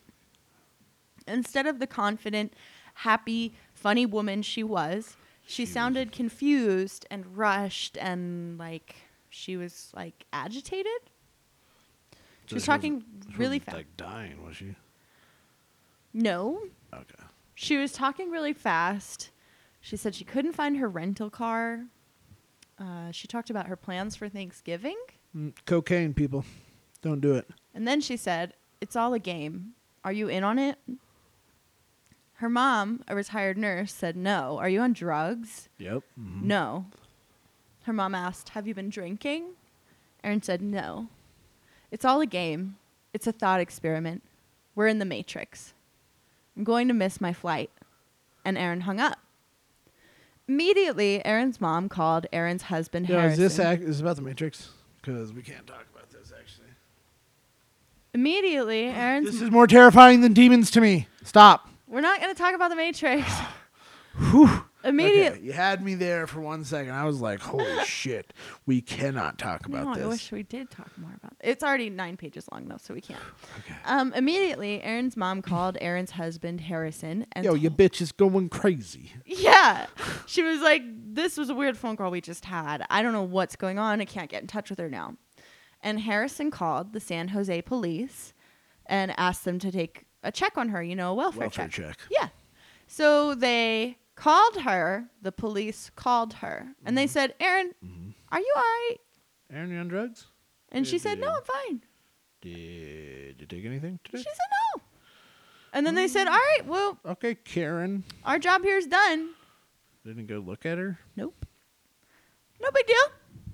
S1: Instead of the confident, happy, funny woman she was, she sounded confused and rushed and like she was like agitated. She was
S2: She wasn't-
S1: talking
S2: She
S1: really
S2: wasn't,
S1: fast.
S2: Like dying, was she?
S1: No,
S2: Okay.
S1: She was talking really fast. She said she couldn't find her rental car. Uh, she talked about her plans for Thanksgiving.
S2: Mm, cocaine, people. Don't do it.
S1: And then she said, It's all a game. Are you in on it? Her mom, a retired nurse, said, No. Are you on drugs?
S2: Yep.
S1: No. Her mom asked, Have you been drinking? Erin said, No. It's all a game. It's a thought experiment. We're in the Matrix. I'm going to miss my flight. And Erin hung up. Immediately, Erin's mom called Erin's husband,
S2: Yeah, is
S1: Harrison.
S2: this act- is this about the Matrix? Because we can't talk about this actually.
S1: Immediately, Erin's.
S2: This is more terrifying than demons to me. Stop.
S1: We're not going to talk about the Matrix.
S2: Whew.
S1: Immediately.
S2: Okay, you had me there for one second. I was like, "Holy shit, we cannot talk about
S1: no,
S2: this."
S1: I wish we did talk more about it. It's already nine pages long, though, so we can't.
S2: Okay.
S1: Um, immediately, Erin's mom called Erin's husband, Harrison. And
S2: Yo,
S1: told-
S2: your bitch is going crazy.
S1: Yeah. She was like, This was a weird phone call we just had. I don't know what's going on. I can't get in touch with her now. And Harrison called the San Jose police and asked them to take a check on her, you know, a welfare,
S2: Welfare
S1: check.
S2: check.
S1: Yeah. So they called her, the police called her, and they said, Aaron, are you all right?
S2: Aaron, you on drugs?
S1: And she
S2: Yeah,
S1: said, No,
S2: yeah.
S1: I'm fine.
S2: Did you take anything today?
S1: She said, No. And then they said, All right, well,
S2: Okay, Karen.
S1: our job here's done.
S2: Didn't go look at her.
S1: Nope. No big deal.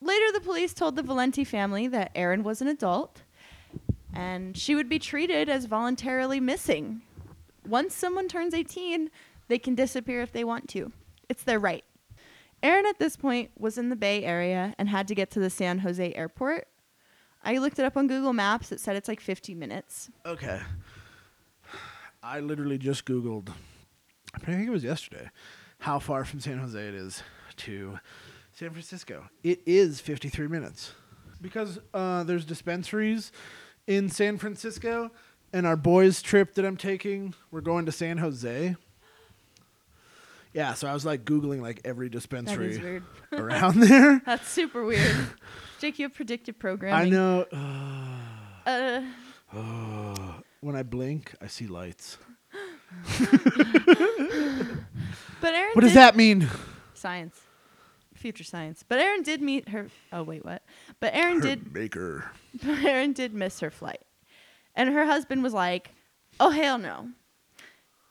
S1: Later, the police told the Valenti family that Erin was an adult and she would be treated as voluntarily missing. Once someone turns 18, they can disappear if they want to, it's their right. Erin at this point was in the Bay Area and had to get to the San Jose airport. I looked it up on Google Maps. It said it's like 50 minutes.
S2: Okay. I literally just Googled, I think it was yesterday, how far from San Jose it is to San Francisco. It is 53 minutes. Because uh, there's dispensaries in San Francisco, and our boys' trip that I'm taking, we're going to San Jose. Yeah, so I was like Googling like every
S1: That is
S2: dispensary
S1: weird.
S2: around there.
S1: That's super weird. Jake, you have predictive programming.
S2: I know.
S1: Uh,
S2: When I blink, I see lights.
S1: but Erin
S2: What does
S1: did-
S2: that mean?
S1: science future science but Erin did meet her oh wait what but Erin did
S2: Maker.
S1: but Erin did miss her flight and her husband was like oh hell no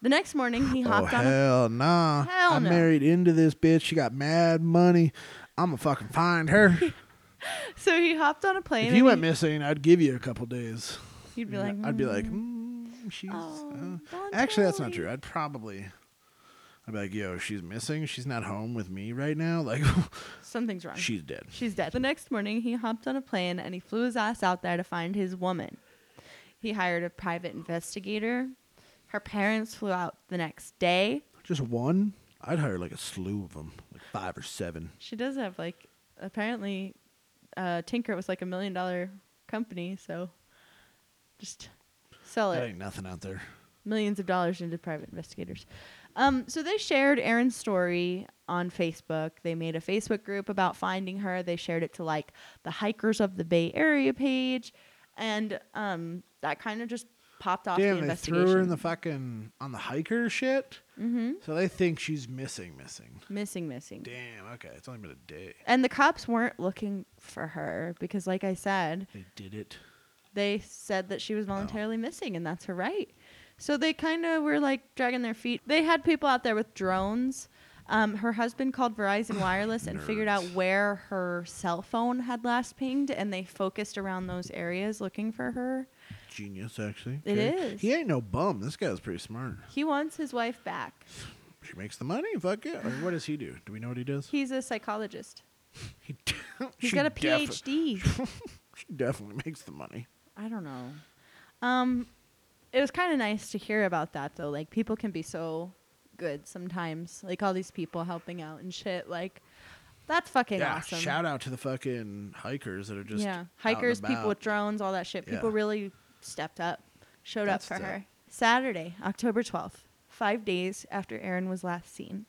S1: the next morning he hopped
S2: oh,
S1: on a,
S2: hell nah.
S1: Hell
S2: I
S1: no.
S2: married into this bitch. She got mad money. I'm gonna fucking find her.
S1: so he hopped on a plane
S2: if
S1: and
S2: you went
S1: he-
S2: missing, I'd give you a couple days.
S1: you'd be
S2: And
S1: like
S2: I'd be like,
S1: "Mm,
S2: mm, she's.
S1: oh,
S2: uh, Actually, that's not
S1: voluntarily."
S2: true. I'd probably. I'd be like, yo, she's missing. She's not home with me right now. Like,
S1: "Hmm, something's wrong
S2: she's dead.
S1: She's dead. The next morning, he hopped on a plane and he flew his ass out there to find his woman. He hired a private investigator. Her parents flew out the next day.
S2: Just one. I'd hire like a slew of them, like five or seven.
S1: She does have like apparently uh Tinker was like a million dollar company, so just sell
S2: That
S1: it.
S2: ain't nothing out there.
S1: Millions of dollars into private investigators. Um, so they shared Erin's story on Facebook. They made a Facebook group about finding her. They shared it to like the Hikers of the Bay Area page, and um, that kind of just popped off the
S2: Damn, they
S1: investigation.
S2: threw her in the fucking on the hiker shit.
S1: mm-hmm.
S2: So they think she's missing, missing.
S1: missing, missing.
S2: Damn. Okay, it's only been a day.
S1: And the cops weren't looking for her because, like I said,
S2: They did it.
S1: they said that she was voluntarily missing and that's her right so they kind of were like dragging their feet they had people out there with drones um, her husband called verizon wireless and figured out
S2: Nerds.
S1: where her cell phone had last pinged and they focused around those areas looking for her
S2: Genius, actually.
S1: It
S2: Okay.
S1: is.
S2: He ain't no bum. This guy's pretty smart.
S1: he wants his wife back
S2: She makes the money. Fuck it. Or what does he do? Do we know what he does?
S1: he's a psychologist
S2: He de-
S1: He's
S2: she
S1: got a
S2: defi-
S1: phd
S2: she definitely makes the money.
S1: I don't know. Um, it was kind of nice to hear about that though. Like people can be so good sometimes. Like all these people helping out and shit. Like that's fucking
S2: yeah.
S1: awesome.
S2: Shout out to the fucking hikers that are just out
S1: yeah,
S2: and
S1: hikers, people
S2: about.
S1: with drones, all that shit. People
S2: Yeah.
S1: really stepped up, showed
S2: That's
S1: up for
S2: dope.
S1: her. Saturday, October twelfth, five days after Erin was last seen.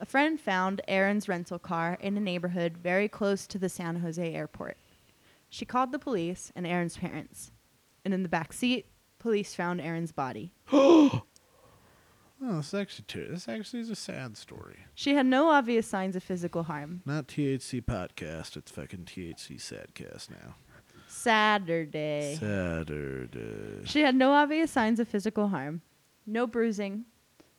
S1: A friend found Erin's rental car in a neighborhood very close to the San Jose airport. She called the police and Erin's parents. And in the back seat, police found Erin's body.
S2: Oh, this actually too. This actually is a sad story.
S1: She had no obvious signs of physical harm.
S2: Not THC podcast. It's fucking THC sadcast now.
S1: Saturday.
S2: Saturday.
S1: She had no obvious signs of physical harm, no bruising.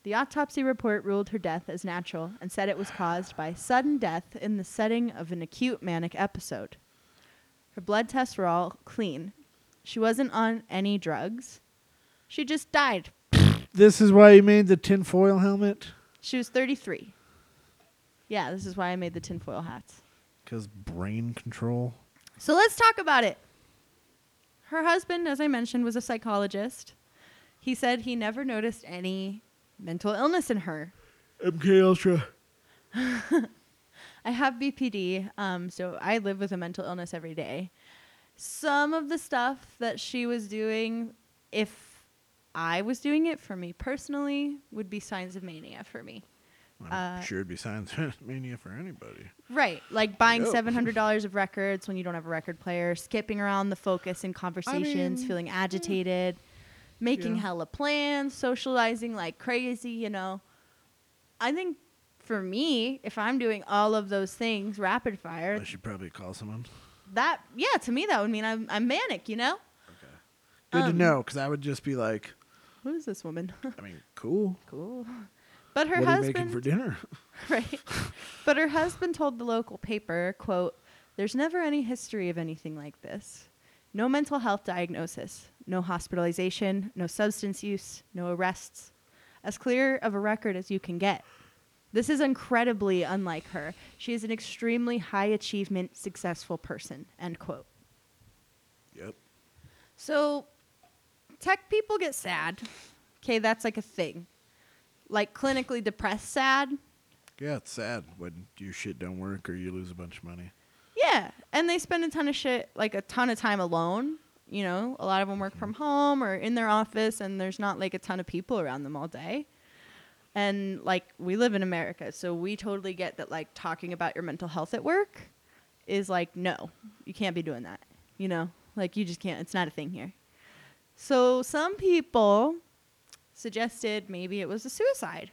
S1: The autopsy report ruled her death as natural and said it was caused by sudden death in the setting of an acute manic episode. Her blood tests were all clean. She wasn't on any drugs. She just died.
S2: This is why you made the tinfoil helmet.
S1: She was 33. Yeah, this is why I made the tinfoil hats.
S2: Because brain control.
S1: So let's talk about it. Her husband, as I mentioned, was a psychologist. He said he never noticed any mental illness in her.
S2: MK Ultra.
S1: I have BPD, um, so I live with a mental illness every day. Some of the stuff that she was doing, if I was doing it for me personally, would be signs of mania for me.
S2: I'm
S1: Uh,
S2: sure it'd be science mania for anybody.
S1: Right. Like buying
S2: Yep.
S1: $700 of records when you don't have a record player, skipping around the focus in conversations,
S2: mean,
S1: feeling agitated, making
S2: Yeah.
S1: hella plans, socializing like crazy, you know. I think for me, if I'm doing all of those things rapid fire,
S2: I should probably call someone.
S1: that, yeah, to me, that would mean I'm, I'm manic, you know?
S2: Good to
S1: Um,
S2: know, because I would just be like,
S1: Who is this woman?
S2: I mean, cool.
S1: cool. But her
S2: what are you
S1: husband.
S2: making for dinner?
S1: right? But her husband told the local paper, quote, "There's never any history of anything like this. No mental health diagnosis, no hospitalization, no substance use, no arrests. As clear of a record as you can get. This is incredibly unlike her. She is an extremely high achievement, successful person." End quote.
S2: yep.
S1: So, tech people get sad. Okay, that's like a thing. Like clinically depressed sad,
S2: Yeah, it's sad when your shit don't work or you lose a bunch of money.
S1: Yeah, and they spend a ton of shit, like a ton of time alone. You know, a lot of them work from home or in their office, and there's not like a ton of people around them all day. And like we live in America, so we totally get that. Like talking about your mental health at work is like, no, you can't be doing that. You know, like you just can't. It's not a thing here. So some people suggested maybe it was a suicide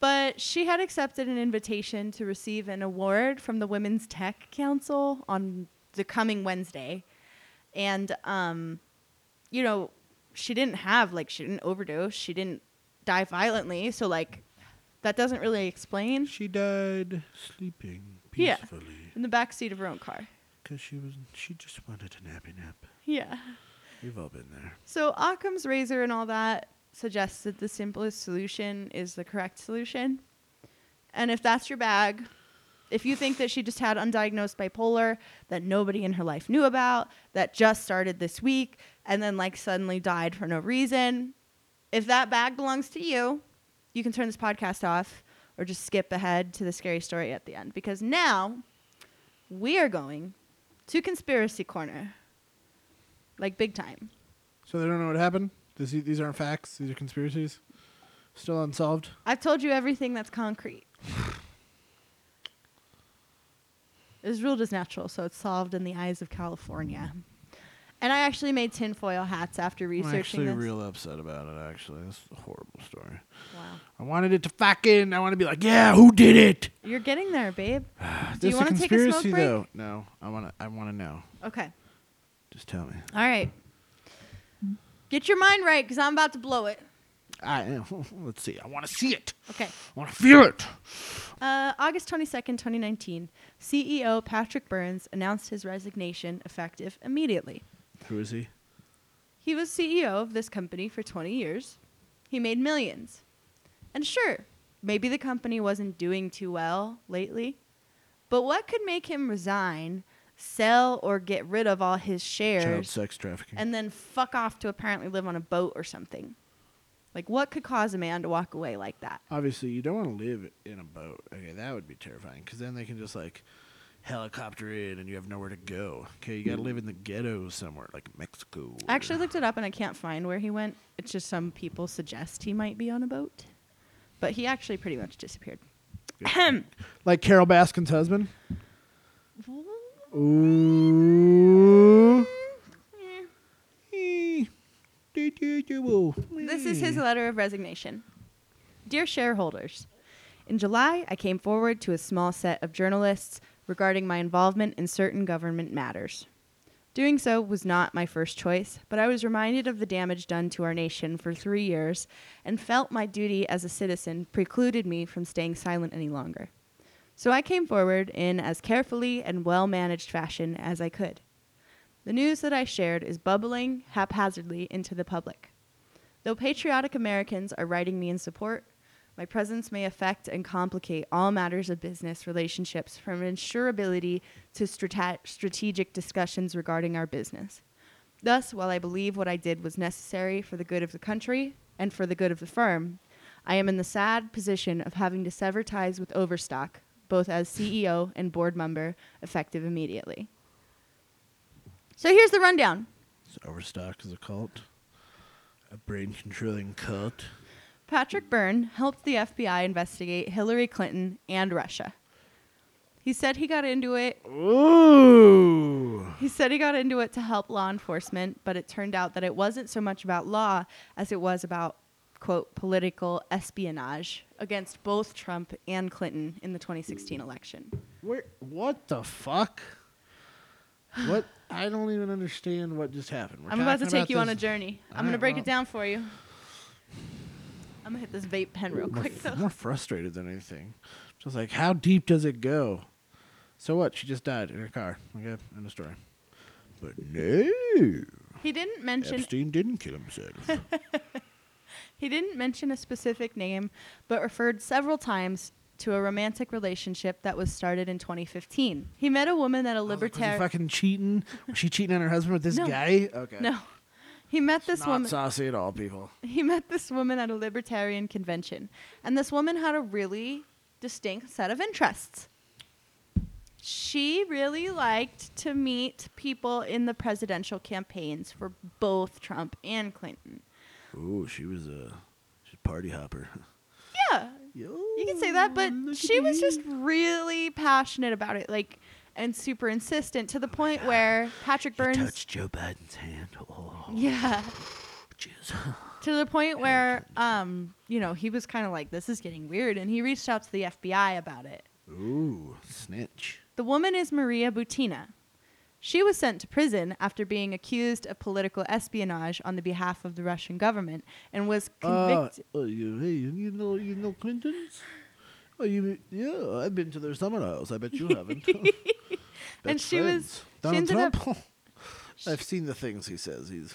S1: but she had accepted an invitation to receive an award from the Women's Tech Council on the coming Wednesday. And, um, you know, she didn't have, like, she didn't overdose, she didn't die violently. So, like, that doesn't really explain.
S2: She died sleeping
S1: Yeah.
S2: peacefully
S1: In the back seat of her own car.
S2: because she was she just wanted a nappy nap.
S1: Yeah.
S2: We've all been there.
S1: So, Occam's razor and all that suggests that the simplest solution is the correct solution. And if that's your bag, if you think that she just had undiagnosed bipolar that nobody in her life knew about, that just started this week, and then like suddenly died for no reason, if that bag belongs to you, you can turn this podcast off or just skip ahead to the scary story at the end because now we are going to conspiracy corner like big time.
S2: So they don't know what happened. This, these aren't facts. These are conspiracies. Still unsolved.
S1: I've told you everything that's concrete. It was ruled as natural, so it's solved in the eyes of California. And I actually made tinfoil hats after
S2: I'm
S1: researching
S2: actually
S1: this.
S2: real upset about it. Actually, it's a horrible story.
S1: Wow.
S2: I wanted it to fucking. I want to be like, yeah, who did it?
S1: You're getting there, babe. Do
S2: This
S1: you
S2: a
S1: want to take a smoke
S2: conspiracy,
S1: break?
S2: though? No, I want to. I want to know.
S1: Okay.
S2: Just tell me.
S1: All right. Get your mind right, because I'm about to blow it.
S2: I let's see. I want to see it.
S1: Okay.
S2: I want to feel it.
S1: Uh, August 22nd, 2019, CEO E Patrick Burns announced his resignation effective immediately.
S2: Who is he?
S1: He was CEO of this company for 20 years. He made millions. And sure, maybe the company wasn't doing too well lately, but what could make him resign, sell, or get rid of all his
S2: Child
S1: shares,
S2: sex trafficking.
S1: and then fuck off to apparently live on a boat or something? Like, what could cause a man to walk away like that?
S2: Obviously, you don't want to live in a boat. Okay, that would be terrifying because then they can just like helicopter in and you have nowhere to go. Okay, you got to live in the ghetto somewhere, like Mexico.
S1: I actually looked it up and I can't find where he went. It's just some people suggest he might be on a boat, but he actually pretty much disappeared.
S2: like Carol Baskin's husband. Ooh.
S1: This is his letter of resignation. Dear shareholders, in July, I came forward to a small set of journalists regarding my involvement in certain government matters. Doing so was not my first choice, but I was reminded of the damage done to our nation for three years and felt my duty as a citizen precluded me from staying silent any longer. So I came forward in as carefully and well managed fashion as I could. The news that I shared is bubbling haphazardly into the public. Though patriotic Americans are writing me in support, my presence may affect and complicate all matters of business relationships from insurability to strata- strategic discussions regarding our business. Thus, while I believe what I did was necessary for the good of the country and for the good of the firm, I am in the sad position of having to sever ties with Overstock, both as CEO and board member, effective immediately. So here's the rundown.
S2: Overstock is a cult, a brain controlling cult.
S1: Patrick Byrne helped the FBI investigate Hillary Clinton and Russia. He said he got into it.
S2: Ooh.
S1: He said he got into it to help law enforcement, but it turned out that it wasn't so much about law as it was about quote political espionage against both Trump and Clinton in the 2016 election.
S2: Where? What the fuck? What? I don't even understand what just happened. We're
S1: I'm about to
S2: talking
S1: take you on a
S2: this-
S1: journey.
S2: All
S1: I'm going
S2: right,
S1: to break
S2: well-
S1: it down for you. I'm going to hit this vape pen real
S2: More-
S1: quick, though.
S2: More frustrated than anything. Just like, how deep does it go? So what? She just died in her car. Okay, end of story. But no,
S1: He didn't mention
S2: Epstein didn't kill himself.
S1: He didn't mention a specific name, but referred several times to a romantic relationship that was started in 2015. He met a woman at a
S2: I was like, was he
S1: libertarian.
S2: Oh, fucking cheating? Was she cheating on her husband with this
S1: No.
S2: guy? Okay.
S1: no, he met this
S2: Not
S1: woman.
S2: saucy at all, people.
S1: He met this woman at a libertarian convention, and this woman had a really distinct set of interests. She really liked to meet people in the presidential campaigns for both Trump and Clinton.
S2: Ooh, she was a she's a party hopper.
S1: Yeah, You can say that, but
S2: Mm,
S1: she was just really passionate about it, like, and super insistent to the point where Patrick
S2: Touch
S1: Burns,
S2: Joe Biden's hand. Oh,
S1: yeah,
S2: jeez.
S1: to the point where, um, you know, he was kind of like, this is getting weird, and he reached out to the FBI about it.
S2: Ooh, snitch.
S1: The woman is Maria Butina. She was sent to prison after being accused of political espionage on the behalf of the Russian government and was convicted.
S2: Oh, you, hey, you, you know, you know Clintons. Oh, you, yeah, I've been to their summer house. I bet you haven't.
S1: and
S2: Best
S1: she was
S2: friends.
S1: she
S2: Donald
S1: ended up
S2: Trump. I've seen the things he says. He's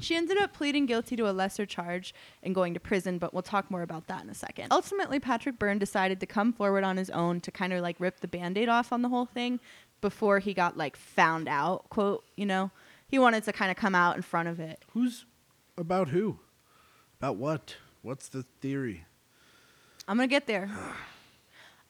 S1: She ended up pleading guilty to a lesser charge and going to prison, but we'll talk more about that in a second. Ultimately, Patrick Byrne decided to come forward on his own to kind of like rip the band aid off on the whole thing before he got like found out, quote, you know. He wanted to kind of come out in front of it.
S2: who's about who, about what? What's the theory?
S1: I'm going to get there.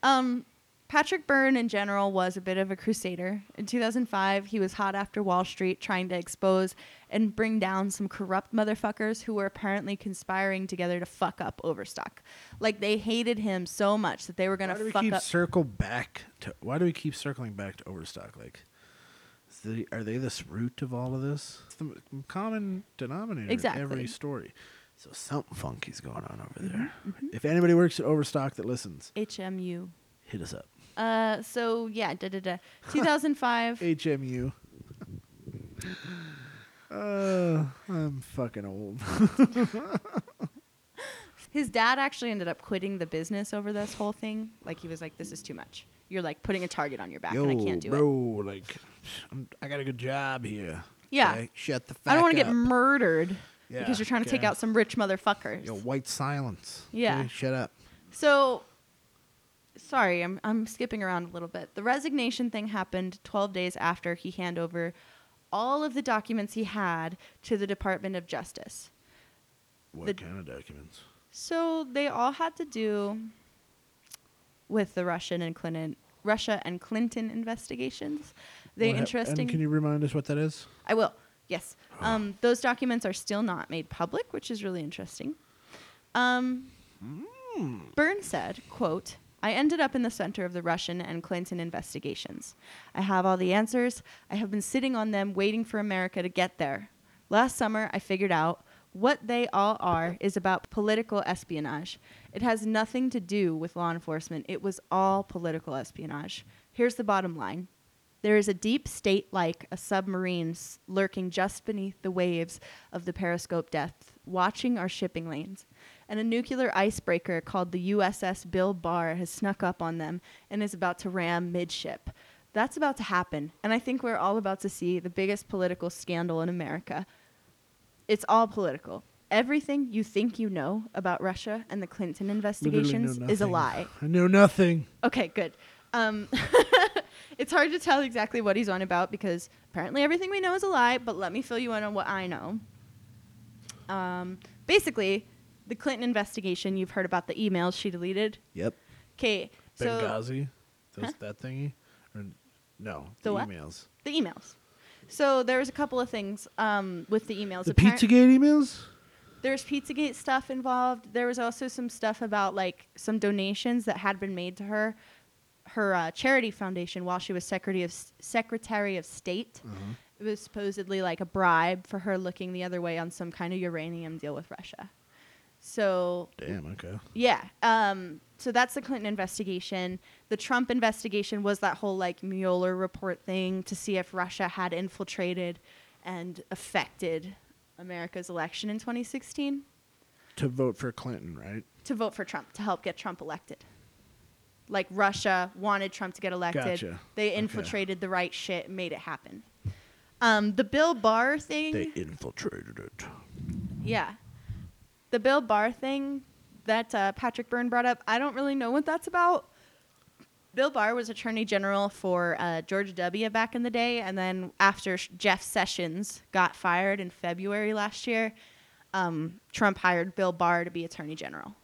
S1: Um, Patrick Byrne, in general, was a bit of a crusader. In 2005, he was hot after Wall Street, trying to expose and bring down some corrupt motherfuckers who were apparently conspiring together to fuck up Overstock. Like, they hated him so much that they were going
S2: why do
S1: to
S2: we
S1: fuck
S2: keep
S1: up.
S2: circle back to? Why do we keep circling back to Overstock? Like, is the, are they this root of all of this? It's the m- common denominator in
S1: Exactly.
S2: every story. So something funky's going on over there.
S1: Mm-hmm,
S2: If anybody works at Overstock that listens,
S1: HMU.
S2: hit us up.
S1: Uh, so, yeah, da da da. 2005.
S2: HMU. uh, I'm fucking old.
S1: His dad actually ended up quitting the business over this whole thing. Like he was like, "This is too much. You're like putting a target on your back, and I can't do it."
S2: bro, like, I'm, I got a good job here.
S1: Yeah.
S2: okay? Shut the fuck
S1: I don't want to
S2: up.
S1: get murdered
S2: Yeah,
S1: because you're trying to take
S2: okay.
S1: out some rich motherfuckers.
S2: Yo, white silence.
S1: Yeah.
S2: okay? Shut up.
S1: So, sorry, I'm I'm skipping around a little bit. The resignation thing happened 12 days after he hand over all of the documents he had to the Department of Justice.
S2: What
S1: The-
S2: kind of documents?
S1: So they all had to do with the Russian and Clinton Russia and Clinton investigations. They
S2: What hap-
S1: interesting.
S2: And can you remind us what that is?
S1: I will. Yes. Um, those documents are still not made public, which is really interesting. Um, Byrne said, quote, I ended up in the center of the Russian and Clinton investigations. I have all the answers. I have been sitting on them waiting for America to get there. Last summer, I figured out what they all are is about political espionage. It has nothing to do with law enforcement. It was all political espionage. Here's the bottom line. There is a deep state like a submarine s- lurking just beneath the waves of the periscope depth, watching our shipping lanes. And a nuclear icebreaker called the USS Bill Barr has snuck up on them and is about to ram midship. That's about to happen, and I think we're all about to see the biggest political scandal in America. It's all political. Everything you think you know about Russia and the Clinton
S2: Literally know
S1: investigations is a
S2: nothing.
S1: lie.
S2: I know nothing.
S1: Okay, good. Um, it's hard to tell exactly what he's on about because apparently everything we know is a lie, but let me fill you in on what I know. Um, basically, the Clinton investigation, you've heard about the emails she deleted.
S2: Yep.
S1: Okay, so
S2: Benghazi, those, that thingy, or n- no,
S1: The
S2: the,
S1: what?
S2: emails,
S1: the emails. So there was a couple of things um, with the emails.
S2: the
S1: Apparent-
S2: PizzaGate emails.
S1: There was Pizzagate stuff involved. There was also some stuff about like some donations that had been made to her, her uh, charity foundation while she was secretary of secretary of state. It was supposedly like a bribe for her looking the other way on some kind of uranium deal with Russia. So
S2: Damn. Okay.
S1: yeah. Um, so that's the Clinton investigation. The Trump investigation was that whole like Mueller report thing to see if Russia had infiltrated and affected America's election in 2016
S2: To vote for Clinton, right?
S1: to vote for Trump to help get Trump elected. Like Russia wanted Trump to get elected.
S2: Gotcha.
S1: They
S2: Okay.
S1: infiltrated the right shit and made it happen. Um, the Bill Barr thing.
S2: They infiltrated it.
S1: Yeah. The Bill Barr thing that uh, Patrick Byrne brought up, I don't really know what that's about. Bill Barr was Attorney General for uh, George W. back in the day, and then after Sh- Jeff Sessions got fired in February last year, um, Trump hired Bill Barr to be Attorney General.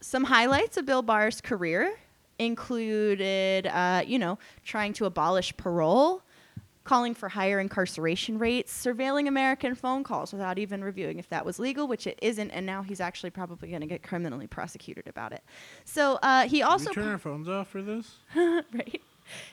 S1: Some highlights of Bill Barr's career included, uh, you know, trying to abolish parole, calling for higher incarceration rates, surveilling American phone calls without even reviewing if that was legal, which it isn't, and now he's actually probably going to get criminally prosecuted about it. So uh, he also
S2: Can we turn our phones off for this?
S1: right?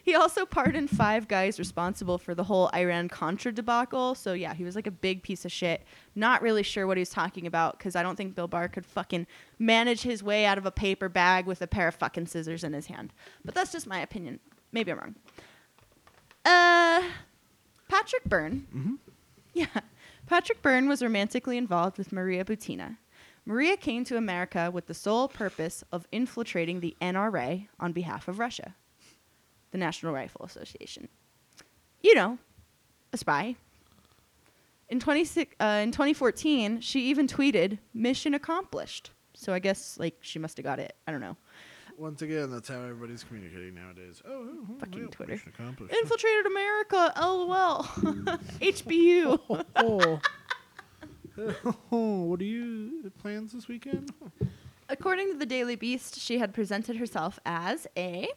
S1: He also pardoned five guys responsible for the whole Iran Contra debacle. So yeah, he was like a big piece of shit. Not really sure what he was talking about because I don't think Bill Barr could fucking manage his way out of a paper bag with a pair of fucking scissors in his hand. But that's just my opinion. Maybe I'm wrong. Uh, Patrick Byrne. Yeah. Patrick Byrne was romantically involved with Maria Butina. Maria came to America with the sole purpose of infiltrating the NRA on behalf of Russia, the National Rifle Association. You know, a spy. In, 26, uh, in 2014, she even tweeted, Mission accomplished. So I guess, like, she must have got it. I don't know.
S2: Once again, that's how everybody's communicating nowadays. Oh, oh, oh,
S1: Fucking
S2: well,
S1: Twitter.
S2: mission accomplished.
S1: Infiltrated America, lol. HBU.
S2: oh. oh, what are you plans this weekend?
S1: According to the Daily Beast, she had presented herself as a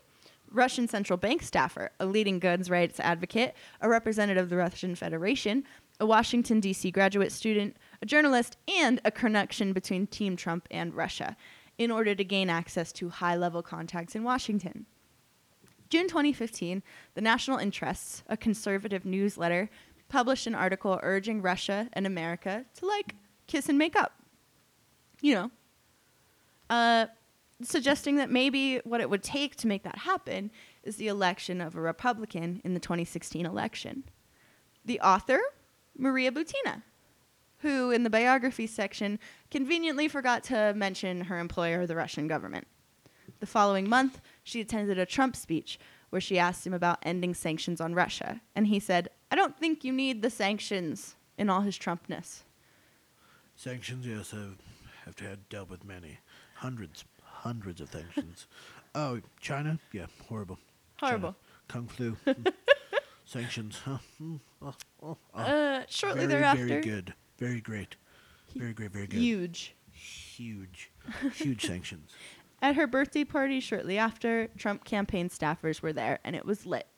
S1: Russian central bank staffer, a leading guns rights advocate, a representative of the Russian Federation, a Washington, D.C. graduate student, a journalist, and a connection between Team Trump and Russia in order to gain access to high level contacts in Washington. June 2015, the National Interests, a conservative newsletter, published an article urging Russia and America to like kiss and make up. You know, uh, suggesting that maybe what it would take to make that happen is the election of a Republican in the 2016 election. The author, Maria Butina, who in the biography section conveniently forgot to mention her employer, the Russian government. The following month, she attended a Trump speech where she asked him about ending sanctions on Russia, and he said, I don't think you need the sanctions in all his Trumpness.
S2: Sanctions, yes, I've have had dealt with many, hundreds, hundreds of sanctions. oh, China, yeah, horrible. China.
S1: Horrible.
S2: Kung flu. Hmm. sanctions. Huh? Mm, oh, oh, oh.
S1: Uh, shortly
S2: very,
S1: thereafter,
S2: very good, very great, very great, very good.
S1: huge.
S2: Huge, huge sanctions.
S1: At her birthday party shortly after, Trump campaign staffers were there and it was lit.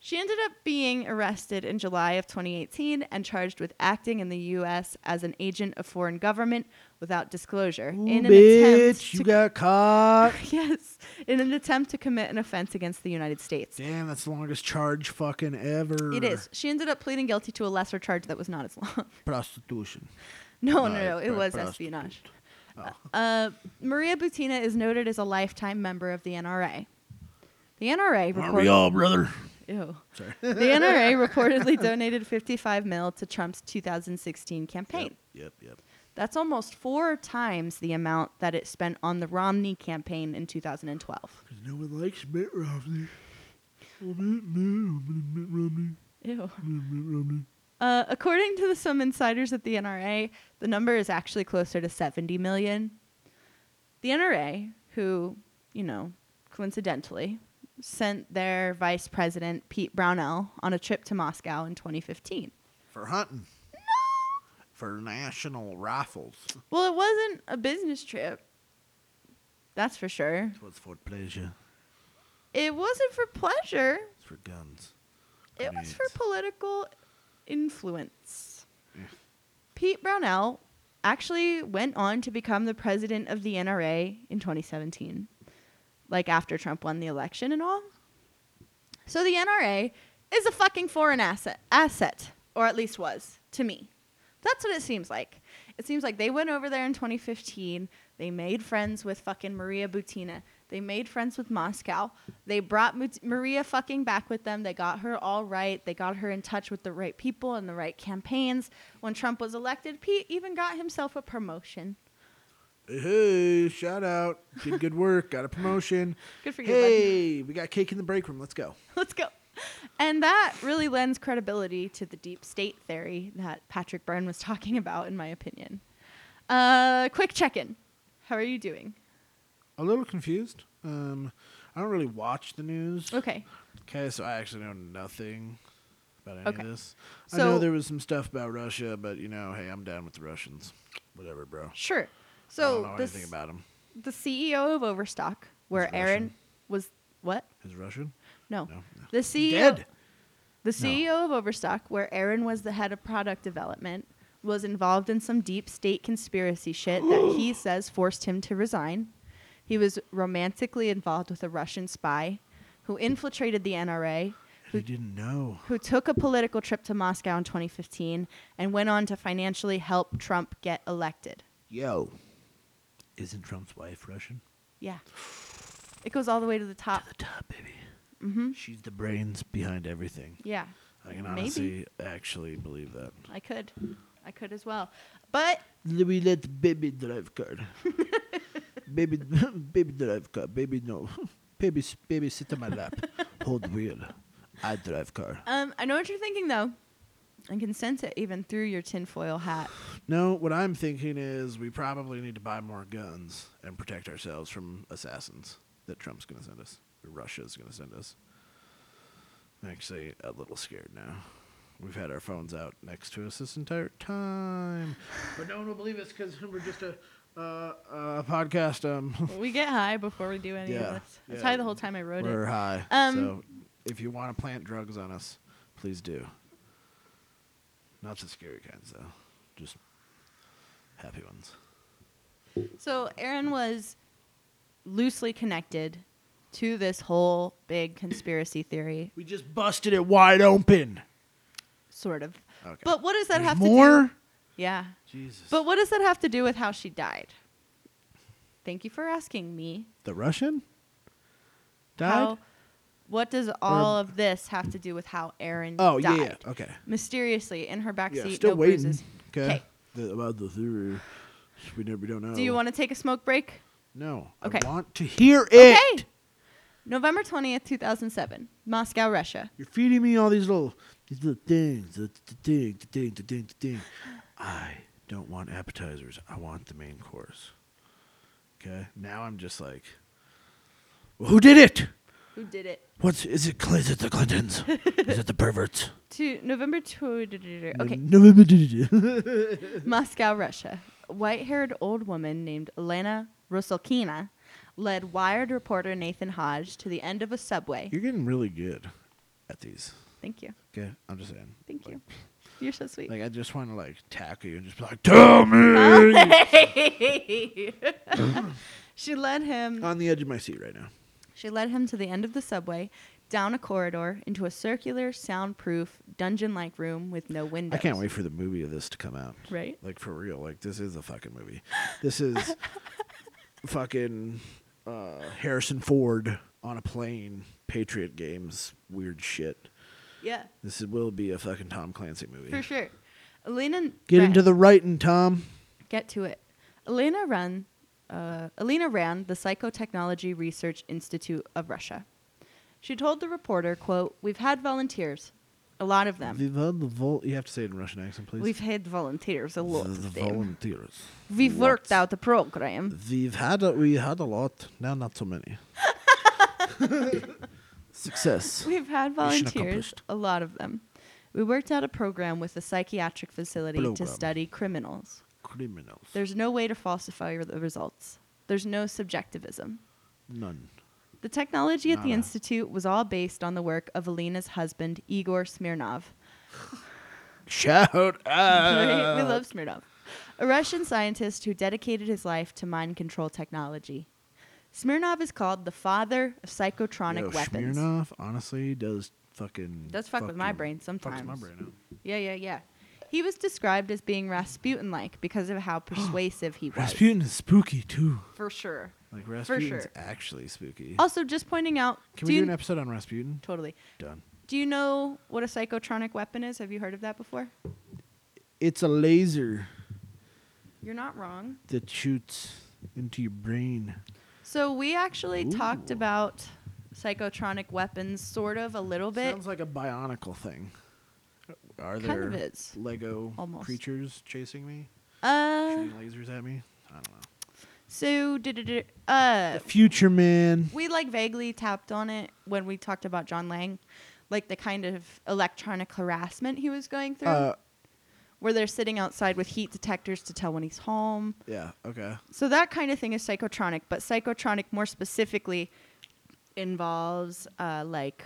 S1: She ended up being arrested in July of 2018 and charged with acting in the U.S. as an agent of foreign government without disclosure
S2: Ooh,
S1: in an attempt
S2: bitch,
S1: to
S2: you got caught.
S1: yes, in an attempt to commit an offense against the United States.
S2: Damn, that's the longest charge fucking ever.
S1: It is. She ended up pleading guilty to a lesser charge that was not as long.
S2: prostitution.
S1: No, no,
S2: Right,
S1: no. It
S2: right,
S1: was
S2: prostitute.
S1: espionage. Uh, Maria Butina is noted as a lifetime member of the NRA. The NRA
S2: Aren't we
S1: reported.
S2: all, brother?
S1: Ew.
S2: Sorry.
S1: The NRA reportedly donated 55 mil to Trump's 2016 campaign.
S2: Yep, yep.
S1: That's almost four times the amount that it spent on the Romney campaign in 2012.
S2: Because no one likes Mitt Romney. Oh, Mitt, Mitt, Mitt Romney,
S1: Ew.
S2: Mitt, Mitt Romney.
S1: Uh, according to the, some insiders at the NRA, the number is actually closer to 70 million. The NRA, who, you know, coincidentally, sent their vice president, Pete Brownell, on a trip to Moscow in 2015.
S2: For hunting. For national rifles.
S1: Well, it wasn't a business trip. That's for sure.
S2: It was for pleasure.
S1: It wasn't for pleasure.
S2: It's for guns.
S1: It was for political influence. Pete Brownell actually went on to become the president of the NRA in 2017, like after Trump won the election and all. So the NRA is a fucking foreign asset, asset, or at least was to me. That's what it seems like. It seems like they went over there in 2015. They made friends with fucking Maria Butina. They made friends with Moscow. They brought Mut- Maria fucking back with them. They got her all right. They got her in touch with the right people and the right campaigns. When Trump was elected, Pete even got himself a promotion.
S2: Hey, shout out. Did good work. Got a promotion.
S1: Good for you, buddy.
S2: Hey, we got cake in the break room. Let's go.
S1: Let's go. And that really lends credibility to the deep state theory that Patrick Byrne was talking about, in my opinion. Uh, quick check in. How are you doing?
S2: A little confused. Um, I don't really watch the news.
S1: Okay.
S2: Okay, so I actually know nothing about any
S1: Okay.
S2: of this. I
S1: So-
S2: know there was some stuff about Russia, but you know, hey, I'm down with the Russians. Whatever, bro.
S1: Sure.
S2: I
S1: So
S2: don't know
S1: this,
S2: anything about him.
S1: the CEO of Overstock, where
S2: He's
S1: Aaron
S2: Russian.
S1: was what?
S2: Is Russian?
S1: No.
S2: No, no.
S1: The CEO
S2: Dead.
S1: The CEO of Overstock, where Aaron was the head of product development, was involved in some deep state conspiracy shit that he says forced him to resign. He was romantically involved with a Russian spy who infiltrated the NRA,
S2: He didn't know.
S1: who took a political trip to Moscow in 2015 and went on to financially help Trump get elected.
S2: Yo. Isn't Trump's wife Russian?
S1: Yeah. It goes all the way to the top.
S2: The top baby. She's the brains behind everything.
S1: Yeah.
S2: I can
S1: Mm-hmm. Maybe.
S2: honestly actually believe that.
S1: I could. I could as well. But
S2: Let me let baby drive car. baby, baby drive car. Baby no. Baby, s- baby sit on my lap. Hold wheel. I drive car.
S1: um, I know what you're thinking, though. I can sense it even through your tinfoil hat.
S2: No, what I'm thinking is we probably need to buy more guns and protect ourselves from assassins that Trump's going to send us. Or Russia's going to send us. I'm actually a little scared now. We've had our phones out next to us this entire time. but no one will believe us because we're just a, uh, a podcast. Um,
S1: We get high before we do any
S2: Yeah,
S1: of this. That's
S2: yeah.
S1: high the whole time I wrote
S2: we're
S1: it.
S2: high.
S1: Um,
S2: so if you want to plant drugs on us, please do. Not the scary kinds, though. Just happy ones.
S1: So Aaron was loosely connected to this whole big conspiracy theory,
S2: We just busted it wide open.
S1: sort of.
S2: Okay.
S1: But what does that
S2: There's
S1: have to
S2: more?
S1: do? Yeah.
S2: Jesus.
S1: But what does that have to do with how she died? Thank you for asking me.
S2: the Russian died.
S1: How, what does all of this have to do with how Aaron
S2: oh yeah,
S1: died?
S2: yeah. Okay.
S1: Mysteriously in her backseat,
S2: Yeah. Still
S1: no
S2: waiting.
S1: bruises.
S2: Okay.
S1: 'Kay.
S2: The, about the theory, we never we don't know.
S1: Do you want to take a smoke break?
S2: No.
S1: Okay.
S2: I want to hear it.
S1: Okay. November 20th, 2007, Moscow, Russia.
S2: You're feeding me all these little these little things. The, the thing, the thing, the thing, the thing. I don't want appetizers. I want the main course. Okay. Now I'm just like, well, who did it?
S1: Who did it?
S2: What's is it? Cl- Is it the Clintons? is it the perverts?
S1: To November 2. Okay.
S2: Okay.
S1: Moscow, Russia. A White haired old woman named Elena Rusalkina led Wired reporter Nathan Hodge to the end of a subway.
S2: You're getting really good at these.
S1: Thank you.
S2: Okay, I'm just saying.
S1: Thank
S2: Like-
S1: you. You're so sweet.
S2: Like I just want to like tackle you and just be like, tell me.
S1: she led him
S2: On the edge of my seat right now.
S1: She led him to the end of the subway, down a corridor, into a circular, soundproof, dungeon like room with no
S2: I
S1: windows.
S2: can't wait for the movie of this to come out.
S1: Right?
S2: Like for real. Like this is a fucking movie. This is fucking uh, Harrison Ford on a plane, Patriot games, weird shit.
S1: Yeah,
S2: This is, will be a fucking Tom Clancy movie.
S1: for sure. Elena.
S2: Get
S1: ran-
S2: into the writing, Tom.
S1: Get to it. Elena ran. Uh, Elena ran the Psychotechnology Research Institute of Russia. She told the reporter, "Quote: We've had volunteers, a lot of them.
S2: We've had the vol- you have to say it in Russian accent, please.
S1: We've had volunteers, a lot
S2: the, the
S1: of them.
S2: volunteers.
S1: We've
S2: Lots.
S1: worked out a program.
S2: We've had a, we had a lot. Now not so many. Success.
S1: We've had
S2: Mission
S1: volunteers,
S2: accomplished.
S1: a lot of them. We worked out a program with a psychiatric facility to
S2: Program.
S1: study criminals.
S2: Criminals.
S1: There's no way to falsify the results. There's no subjectivism.
S2: none.
S1: The technology at the
S2: Nada.
S1: institute was all based on the work of Alina's husband, Igor Smirnov,
S2: Shout out.
S1: we love Smirnov. A Russian scientist who dedicated his life to mind control technology. Smirnov is called the father of psychotronic
S2: Yo,
S1: weapons.
S2: Smirnoff honestly does fucking
S1: Does fuck with my
S2: fucking-
S1: brain
S2: Fucks my
S1: sometimes.
S2: brain out.
S1: Yeah, yeah, yeah. He was described as being Rasputin like because of how persuasive he was.
S2: Rasputin is spooky too.
S1: For sure.
S2: Like Rasputin's
S1: sure.
S2: actually spooky.
S1: Also, just pointing out.
S2: Can
S1: do
S2: we do
S1: you,
S2: an episode on Rasputin?
S1: Totally.
S2: Done.
S1: Do you know what a psychotronic weapon is? Have you heard of that before?
S2: It's a laser
S1: You're not wrong.
S2: that shoots into your brain.
S1: So we actually talked
S2: Ooh.
S1: about psychotronic weapons sort of a little bit.
S2: Sounds like a bionicle thing. Are
S1: Kind
S2: there
S1: of is.
S2: Lego
S1: Almost.
S2: creatures chasing me,
S1: Uh,
S2: shooting lasers at me? I don't know.
S1: so did uh,
S2: The future man.
S1: we like vaguely tapped on it when we talked about John Lang, like the kind of electronic harassment he was going through,
S2: Uh,
S1: where they're sitting outside with heat detectors to tell when he's home.
S2: yeah. Okay.
S1: So that kind of thing is psychotronic, but psychotronic more specifically involves uh, like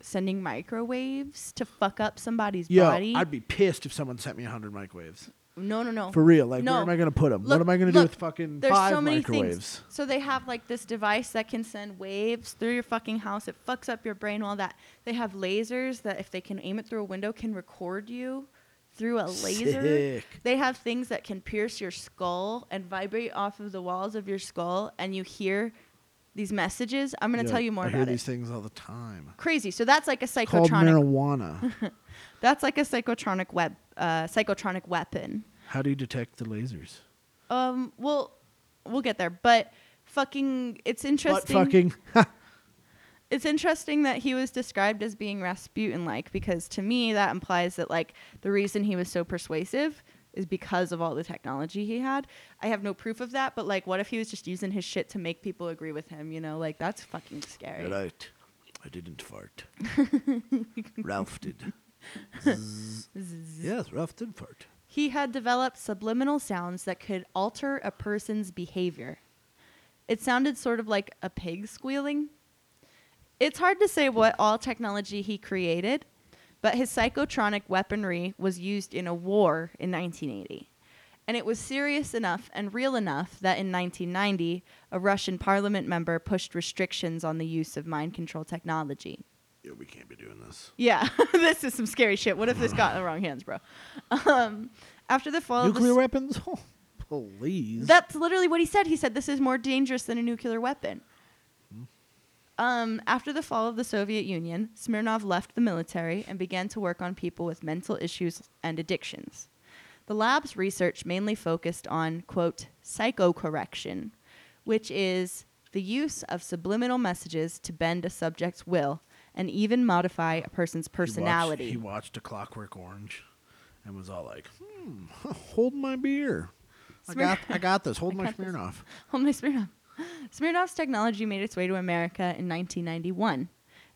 S1: sending microwaves to fuck up somebody's
S2: Yo,
S1: body.
S2: I'd be pissed if someone sent me hundred microwaves.
S1: no, no, no.
S2: For real, like
S1: No.
S2: where am I gonna put them?
S1: Look-
S2: what am I gonna do
S1: look,
S2: with fucking
S1: There's
S2: five
S1: so many
S2: microwaves?
S1: things. So they have like this device that can send waves through your fucking house. It fucks up your brain. All that. They have lasers that if they can aim it through a window can record you through a laser.
S2: Sick.
S1: They have things that can pierce your skull and vibrate off of the walls of your skull, and you hear these messages. I'm gonna
S2: Yo,
S1: tell you more
S2: I hear
S1: about it.
S2: these things all the time.
S1: Crazy. So that's like a
S2: Called
S1: psychotronic.
S2: marijuana.
S1: That's like a psychotronic web. Uh, psychotronic weapon.
S2: How do you detect the lasers?
S1: Um. Well, we'll get there, but. Fucking, it's
S2: But
S1: interesting.
S2: fucking.
S1: it's interesting that he was described as being Rasputin like because to me that implies that like the reason he was so persuasive is because of all the technology he had. I have no proof of that, but like what if he was just using his shit to make people agree with him, you know? Like that's fucking scary.
S2: Right. I didn't fart. Ralph did. yes, Ralph did fart.
S1: He had developed subliminal sounds that could alter a person's behavior. It sounded sort of like a pig squealing. It's hard to say what all technology he created, but his psychotronic weaponry was used in a war in 1980. And it was serious enough and real enough that in 1990, a Russian parliament member pushed restrictions on the use of mind control technology.
S2: Yo, we can't be doing this.
S1: Yeah, this is some scary shit. What if this got in the wrong hands, bro? Um, after the fall of the
S2: Nuclear
S1: s-
S2: weapons? Oh, please.
S1: that's literally what he said. He said this is more dangerous than a nuclear weapon.
S2: Hmm.
S1: Um, after the fall of the Soviet Union, Smirnov left the military and began to work on people with mental issues and addictions. The lab's research mainly focused on, quote, psychocorrection, which is the use of subliminal messages to bend a subject's will and even modify a person's personality.
S2: He watched, A Clockwork Orange and was all like, hmm, hold my beer. I got, I got this. Hold
S1: I
S2: my
S1: got this.
S2: Smirnoff.
S1: Homemade Smirnov. Smirnov's technology made its way to America in 1991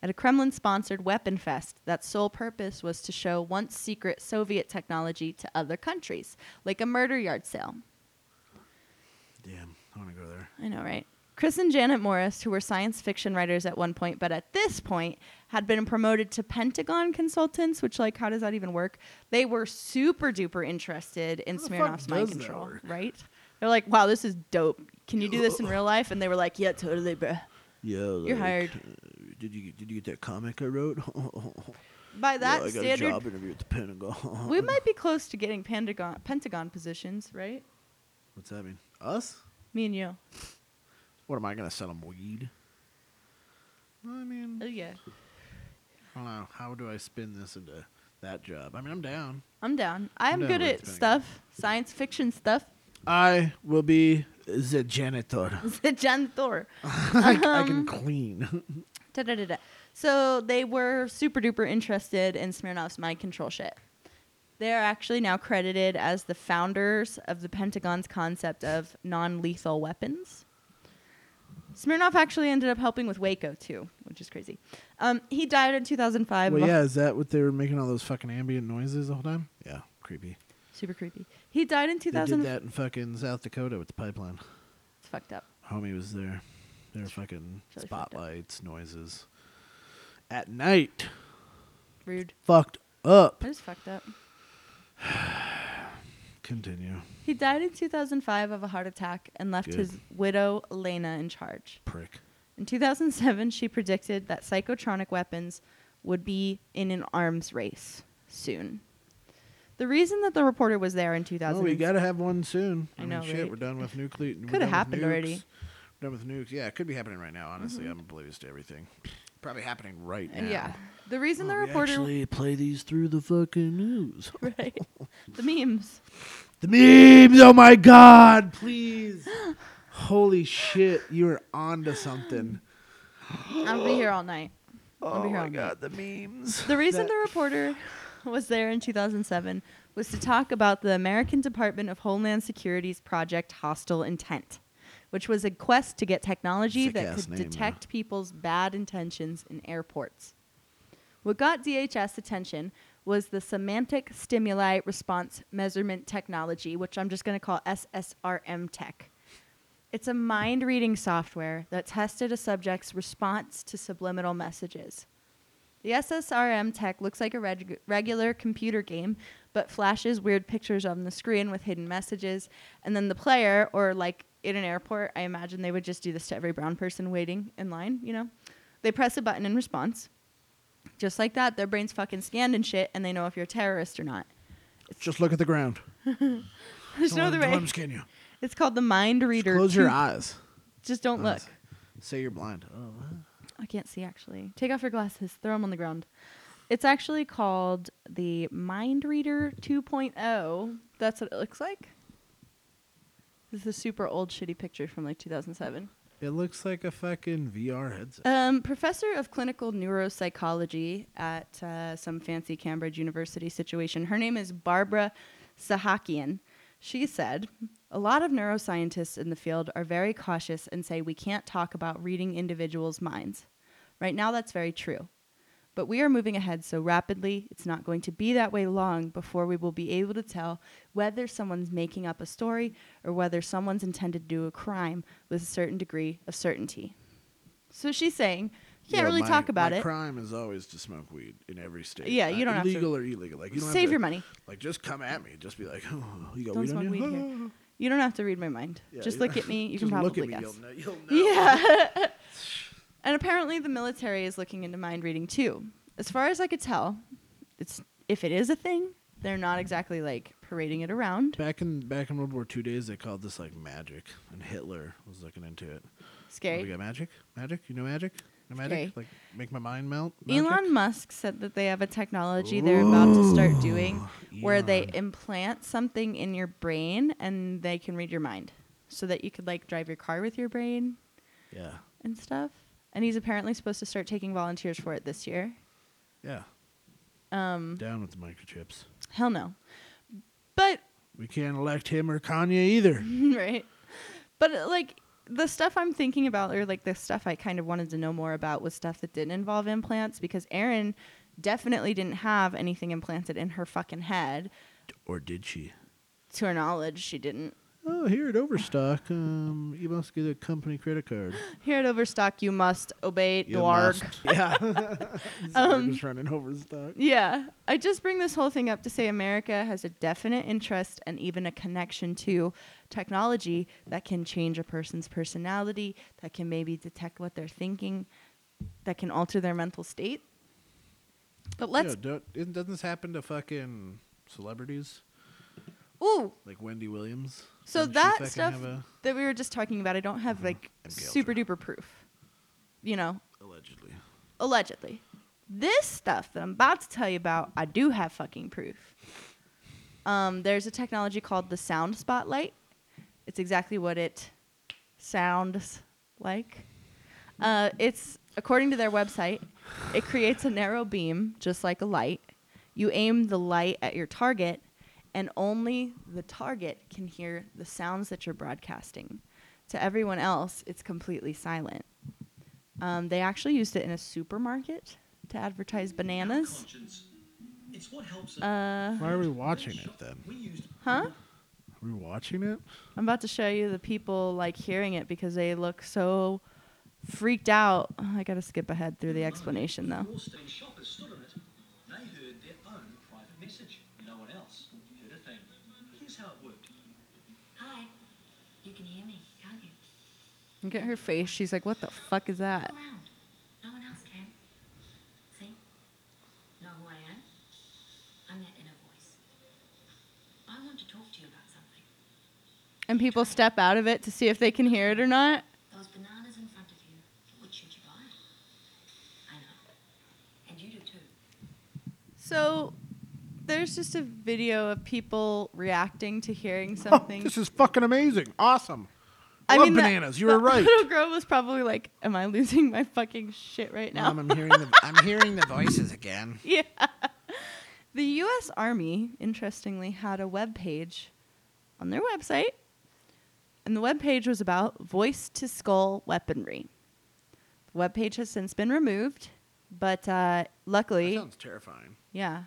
S1: at a Kremlin sponsored weapon fest that's sole purpose was to show once secret Soviet technology to other countries, like a murder yard sale.
S2: Damn, I want to go there.
S1: I know, right? Chris and Janet Morris, who were science fiction writers at one point, but at this point had been promoted to Pentagon consultants, which, like, how does that even work? They were super duper interested in
S2: How the fuck
S1: Smirnoff's mind
S2: does that
S1: control,
S2: work?
S1: right? They're like, wow, this is dope. Can you do this in real life? And they were like, yeah, totally, bruh.
S2: Yo,
S1: You're
S2: like,
S1: hired.
S2: uh, Did you did you get that comic I wrote?
S1: By that
S2: Yo, I got a job
S1: standard,
S2: interview at the Pentagon.
S1: we might be close to getting Pentagon, Pentagon positions, right?
S2: What's that mean? Us?
S1: Me and you.
S2: What am I gonna sell them weed? I mean,
S1: Oh, yeah.
S2: I don't know. How do I spin this into that job? I mean, I'm down.
S1: I'm down. I'm
S2: down
S1: good
S2: with
S1: at
S2: Pentagon.
S1: stuff, science fiction stuff.
S2: I will be the janitor.
S1: The Jan Thor.
S2: I, c- I can clean.
S1: Da, da, da, da. So they were super duper interested in Smirnov's mind control shit. They are actually now credited as the founders of the Pentagon's concept of non lethal weapons. Smirnov actually ended up helping with Waco too, which is crazy. Um, he died in 2005.
S2: well,
S1: of a-
S2: yeah. Is that what they were making all those fucking ambient noises the whole time? Yeah, creepy.
S1: Super creepy. He died in
S2: They did
S1: 2000.
S2: that in fucking South Dakota with the pipeline.
S1: It's fucked up.
S2: Homie was there. There were fucking
S1: really fucked up.
S2: spotlights, noises at night.
S1: Rude.
S2: Fucked up.
S1: That is fucked up.
S2: Continue.
S1: He died in 2005 of a heart attack and left
S2: Good.
S1: his widow, Lena, in charge.
S2: Prick.
S1: In 2007, she predicted that psychotronic weapons would be in an arms race soon. The reason that the reporter was there in 2000
S2: Oh, we gotta have one soon.
S1: I know,
S2: Mean, shit,
S1: right?
S2: we're done with nuclear. Could
S1: have happened already. Mm-hmm.
S2: We're done with nukes. Yeah, it could be happening right now. Honestly, I'm oblivious to everything. Probably happening right now.
S1: yeah. The
S2: Oh,
S1: reason the
S4: We
S1: reporter
S4: actually play these through the fucking news.
S1: right. the memes.
S2: The memes. Oh my god! Please. Holy shit! You are onto something.
S1: I'll be here all night. I'll be
S2: Oh
S1: here
S2: my
S1: all night.
S2: god! The memes.
S1: The reason
S2: That-
S1: the reporter was there in 2007 was to talk about the American Department of Homeland Security's project Hostile Intent, which was a quest to get technology that
S2: Sick-ass
S1: could
S2: name, though.
S1: detect people's bad intentions in airports. What got DHS attention was the semantic stimuli response measurement technology, which I'm just going to call SSRM tech. It's a mind reading software that tested a subject's response to subliminal messages. The SSRM tech looks like a reg- regular computer game, but flashes weird pictures on the screen with hidden messages. And then the player, or like in an airport, I imagine they would just do this to every brown person waiting in line, you know? They press a button in response. Just like that, their brain's fucking scanned and shit, and they know if you're a terrorist or not.
S2: Just look at the ground.
S1: There's no
S2: Don't
S1: other
S2: let- don't let
S1: way.
S2: 'em scan you.
S1: It's called the mind reader.
S2: Close your
S1: two-
S2: eyes.
S1: Just don't look.
S2: Honest. Say you're blind. Oh,
S1: I can't see actually. Take off your glasses, throw them on the ground. It's actually called the Mind Reader 2.0. oh. That's what it looks like. This is a super old shitty picture from like 2007.
S2: it looks like a fucking VR headset.
S1: Um, professor of clinical neuropsychology at uh, some fancy Cambridge University situation. Her name is Barbara Sahakian. She said, A lot of neuroscientists in the field are very cautious and say we can't talk about reading individuals' minds. Right now, that's very true. But we are moving ahead so rapidly, it's not going to be that way long before we will be able to tell whether someone's making up a story or whether someone's intended to do a crime with a certain degree of certainty. So she's saying, you can't
S2: Yo,
S1: really
S2: my-
S1: talk about
S2: my
S1: it.
S2: Crime is always to smoke weed in every state.
S1: Yeah, you don't have to.
S2: legal or illegal. Like you don't have
S1: Save
S2: to-
S1: your money.
S2: Like just come at me. Just be like, oh, you got
S1: Don't
S2: weed
S1: smoke
S2: on
S1: weed
S2: you?
S1: here. You don't have to read my mind.
S2: Yeah,
S1: Just
S2: yeah.
S1: look at me. You can
S2: Just
S1: probably
S2: look at me.
S1: guess.
S2: You'll know. You'll know.
S1: Yeah. and apparently the military is looking into mind reading too. As far as I could tell, it's if it is a thing, they're not exactly like parading it around.
S2: Back in back in World War II days, they called this like magic, and Hitler was looking into it. Oh, we
S1: Scary.
S2: got magic, magic. You know magic, no magic.
S1: Okay.
S2: Like make my mind melt. Magic?
S1: Elon Musk said that they have a technology they're about to start doing where they
S2: Elon.
S1: implant something in your brain and they can read your mind so that you could like drive your car with your brain
S2: Yeah,
S1: and stuff. And he's apparently supposed to start taking volunteers for it this year.
S2: yeah.
S1: Um,
S2: Down with the microchips.
S1: hell no. But
S2: We can't elect him or Kanye either.
S1: right. But uh, like the stuff I'm thinking about, or like the stuff I kind of wanted to know more about, was stuff that didn't involve implants because Erin definitely didn't have anything implanted in her fucking head.
S2: or did she?
S1: To her knowledge, she didn't.
S2: Oh, here at Overstock, um, you must get a company credit card.
S1: Here at Overstock, you must obey
S2: You
S1: Dwarg.
S2: must. Yeah.
S1: Um,
S2: Zarg was running Overstock.
S1: Yeah. I just bring this whole thing up to say America has a definite interest and even a connection to technology that can change a person's personality, that can maybe detect what they're thinking, that can alter their mental state. But
S2: Yo,
S1: let's
S2: don't, isn't- doesn't this happen to fucking celebrities
S1: ooh,
S2: like Wendy Williams?
S1: so
S2: Didn't she
S1: that
S2: fucking
S1: stuff
S2: have a- Mm-hmm.
S1: that we were just talking about, I don't have like
S2: And Gail
S1: super duper proof. You know,
S2: allegedly.
S1: allegedly. This stuff that I'm about to tell you about, I do have fucking proof. Um, there's a technology called the sound spotlight. It's exactly what it sounds like. Uh, it's, according to their website, it creates a narrow beam, just like a light. You aim the light at your target, and only the target can hear the sounds that you're broadcasting. To everyone else, it's completely silent. Um, they actually used it in a supermarket to advertise bananas.
S5: It's what helps us.
S1: Uh,
S2: Why are we watching it then?
S5: we used
S1: huh?
S2: Are we watching it?
S1: I'm about to show you the people like hearing it because they look so freaked out. I gotta skip ahead through the explanation though.
S5: Wall Street shoppers stood on it. They heard their own private message. No one else.
S1: Look at her face. She's like, what the fuck is that?
S6: around. No one else can. See? Know who I am? I'm that inner voice. I want to talk to you about something.
S1: And people step out of it to see if they can hear it or not.
S6: Those bananas in front of you, which should you buy? I know. And you do too.
S1: So there's just a video of people reacting to hearing
S2: Oh,
S1: something.
S2: this is fucking amazing. Awesome. I love
S1: the-
S2: bananas. you
S1: the
S2: were right.
S1: Little girl was probably like, "Am I losing my fucking shit right now?"
S2: Mom, Um, I'm hearing the I'm hearing the voices again.
S1: yeah. The U.S. Army, interestingly, had a web page on their website, and the web page was about voice to skull weaponry. The web page has since been removed, but uh,
S2: That
S1: luckily,
S2: sounds terrifying.
S1: yeah,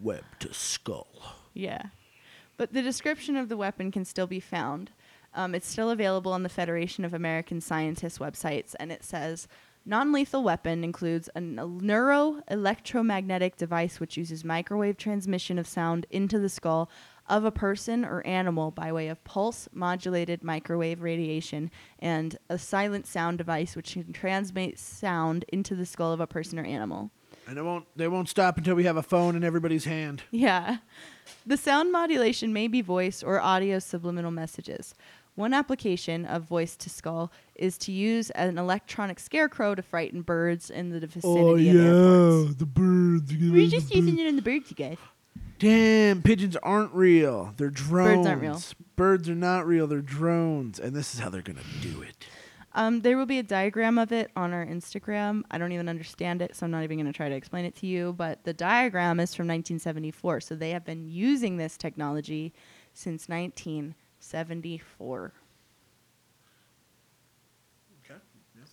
S2: Web to skull.
S1: Yeah. But the description of the weapon can still be found. Um, it's still available on the Federation of American Scientists websites, and it says non lethal weapon includes a neuro electromagnetic device which uses microwave transmission of sound into the skull of a person or animal by way of pulse modulated microwave radiation and a silent sound device which can transmit sound into the skull of a person or animal.
S2: And it won't they won't stop until we have a phone in everybody's hand.
S1: Yeah. The sound modulation may be voice or audio subliminal messages. One application of voice to skull is to use an electronic scarecrow to frighten birds in the
S2: Oh,
S1: vicinity of airports.
S4: the birds. you
S1: We're
S4: know,
S1: just
S4: the birds.
S1: using it in the birds, you guys.
S2: Damn, pigeons aren't real. They're drones.
S1: aren't real.
S2: Birds are not real. They're drones. And this is how they're gonna do it.
S1: Um, there will be a diagram of it on our Instagram. I don't even understand it, so I'm not even going to try to explain it to you. But the diagram is from 1974, so they have been using this technology since 1974.
S2: Okay.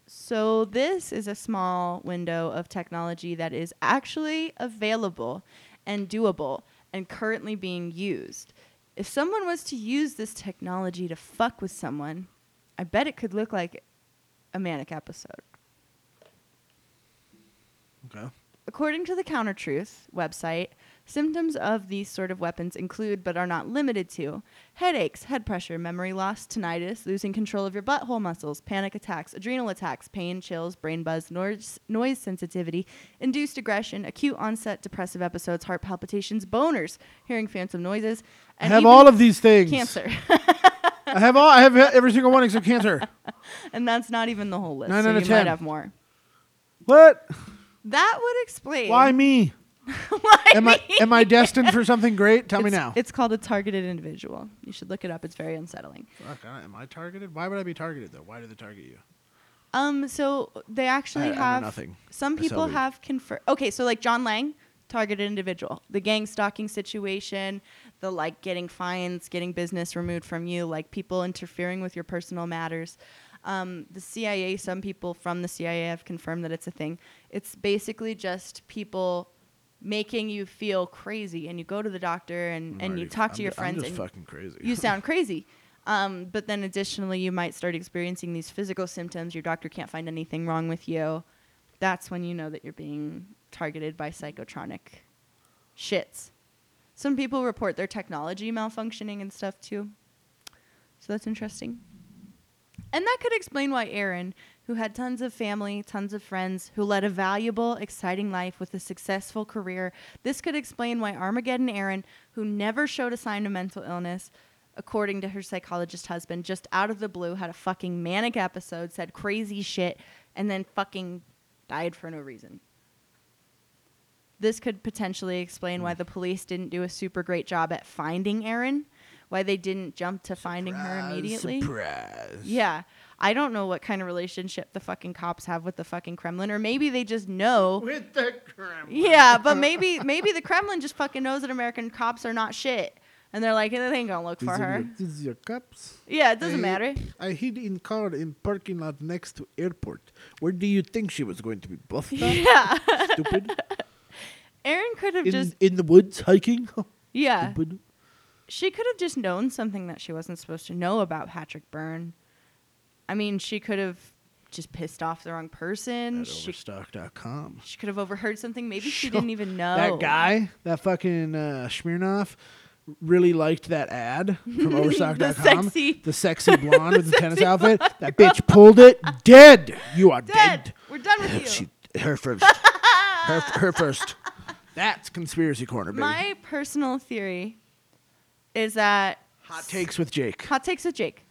S1: So, this is a small window of technology that is actually available and doable and currently being used. If someone was to use this technology to fuck with someone, I bet it could look like a manic episode.
S2: Okay.
S1: According to the Counter Truth website, symptoms of these sort of weapons include, but are not limited to, headaches, head pressure, memory loss, tinnitus, losing control of your butthole muscles, panic attacks, adrenal attacks, pain, chills, brain buzz, noise, noise sensitivity, induced aggression, acute onset depressive episodes, heart palpitations, boners, hearing phantom noises,
S2: I
S1: and
S2: have
S1: even
S2: all of these things.
S1: cancer.
S2: I have all I have every single one except cancer.
S1: and that's not even the whole list.
S2: Nine
S1: so
S2: out
S1: you
S2: of
S1: might
S2: 10.
S1: have more.
S2: What?
S1: That would explain
S2: Why me?
S1: why
S2: Am I am I destined for something great? Tell me
S1: it's,
S2: now.
S1: It's called a targeted individual. You should look it up. It's very unsettling.
S2: Fuck, I- am I targeted? Why would I be targeted though? Why do they target you?
S1: Um, so they actually
S2: I- I know
S1: have
S2: nothing. E.
S1: some
S2: I sell
S1: people
S2: weed.
S1: have confirmed. Okay, so like John Lang, targeted individual, the gang stalking situation, the like getting fines, getting business removed from you, like people interfering with your personal matters. Um, the CIA, some people from the CIA have confirmed that it's a thing. It's basically just people making you feel crazy, and you go to the doctor and, and you talk to your friends
S2: I'm
S1: and
S2: just fucking crazy.
S1: you sound crazy. Um, but then additionally, you might start experiencing these physical symptoms. Your doctor can't find anything wrong with you. That's when you know that you're being targeted by psychotronic shits. Some people report their technology malfunctioning and stuff too. So that's interesting. And that could explain why Aaron, who had tons of family, tons of friends, who led a valuable, exciting life with a successful career, this could explain why Armageddon Aaron, who never showed a sign of mental illness, according to her psychologist husband, just out of the blue had a fucking manic episode, said crazy shit, and then fucking died for no reason. This could potentially explain why the police didn't do a super great job at finding Aaron, why they didn't jump to finding her immediately.
S2: Surprise.
S1: Yeah. I don't know what kind of relationship the fucking cops have with the fucking Kremlin, or maybe they just know.
S2: With the Kremlin.
S1: Yeah, but maybe maybe the Kremlin just fucking knows that American cops are not shit, and they're like, they ain't gonna look
S4: These
S1: for
S4: are
S1: her.
S4: your- These are your cups.
S1: Yeah, it doesn't
S2: Hey.
S1: matter.
S2: I hid in car in parking lot next to airport. Where do you think she was going to be buffed up?
S1: Yeah,
S2: Stupid.
S1: Aaron could have
S2: In,
S1: just
S2: in the woods hiking.
S1: yeah,
S2: Stupid.
S1: she could have just known something that she wasn't supposed to know about Patrick Byrne. I mean, she could have just pissed off the wrong person.
S2: At
S1: Mm, She
S2: overstock.com.
S1: she could have overheard something. Maybe she
S2: Sure.
S1: didn't even know
S2: That guy, that fucking uh, Smirnoff, really liked that ad from Overstock.com.
S1: The sexy-
S2: the sexy blonde with the tennis outfit. That bitch pulled it. Dead. You are dead.
S1: Dead. We're done with you.
S2: She, her first. her, her first. That's conspiracy corner, baby.
S1: My personal theory is that
S2: Hot takes with Jake.
S1: Hot takes with Jake.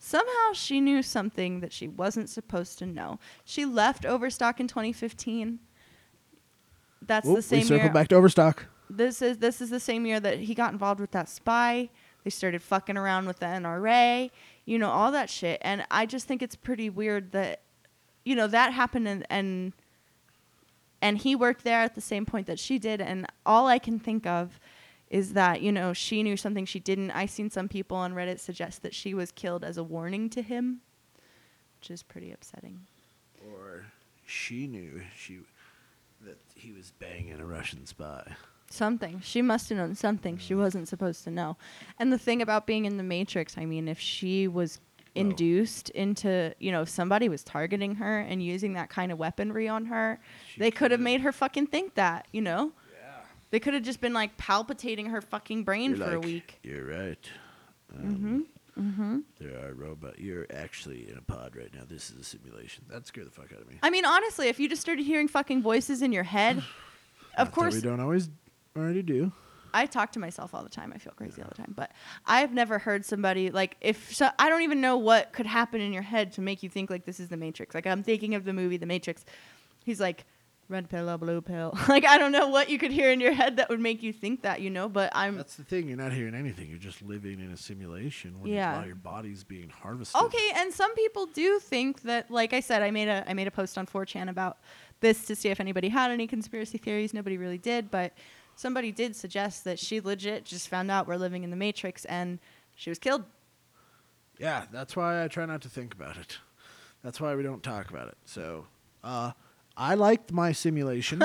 S1: Somehow she knew something that she wasn't supposed to know. She left Overstock in 2015. That's
S2: Oop,
S1: the same
S2: we circle
S1: year.
S2: back to Overstock.
S1: This is this is the same year that he got involved with that spy. They started fucking around with the NRA, you know, all that shit. And I just think it's pretty weird that you know, that happened and and and he worked there at the same point that she did and all I can think of is that, you know, she knew something she didn't. I seen some people on Reddit suggest that she was killed as a warning to him, which is pretty upsetting.
S2: Or she knew she that he was banging a Russian spy.
S1: Something. She must have known something
S2: Mm.
S1: she wasn't supposed to know. And the thing about being in the Matrix, I mean, if she was induced into, you know, if somebody was targeting her and using that kind of weaponry on her, they could have made her fucking think that, you know? Yeah. They could have just been like palpitating her fucking brain for a week.
S2: You're right. Um, mm-hmm. Mm-hmm. There are robot. You're actually in a pod right now. This is a simulation. That scared the fuck out of me.
S1: I mean, honestly, if you just started hearing fucking voices in your head, of course,
S2: we don't always already do.
S1: I talk to myself all the time. I feel crazy all the time, but I've never heard somebody like if so, I don't even know what could happen in your head to make you think like this is the Matrix. Like I'm thinking of the movie The Matrix. He's like red pill, or blue pill. like I don't know what you could hear in your head that would make you think that, you know. But I'm
S2: That's the thing. You're not hearing anything. You're just living in a simulation when
S1: Yeah.
S2: while your body's being harvested.
S1: okay. And some people do think that, like I said, I made a I made a post on 4chan about this to see if anybody had any conspiracy theories. Nobody really did, but somebody did suggest that she legit just found out we're living in the Matrix and she was killed.
S2: Yeah, that's why I try not to think about it. That's why we don't talk about it. So, uh, I liked my simulation.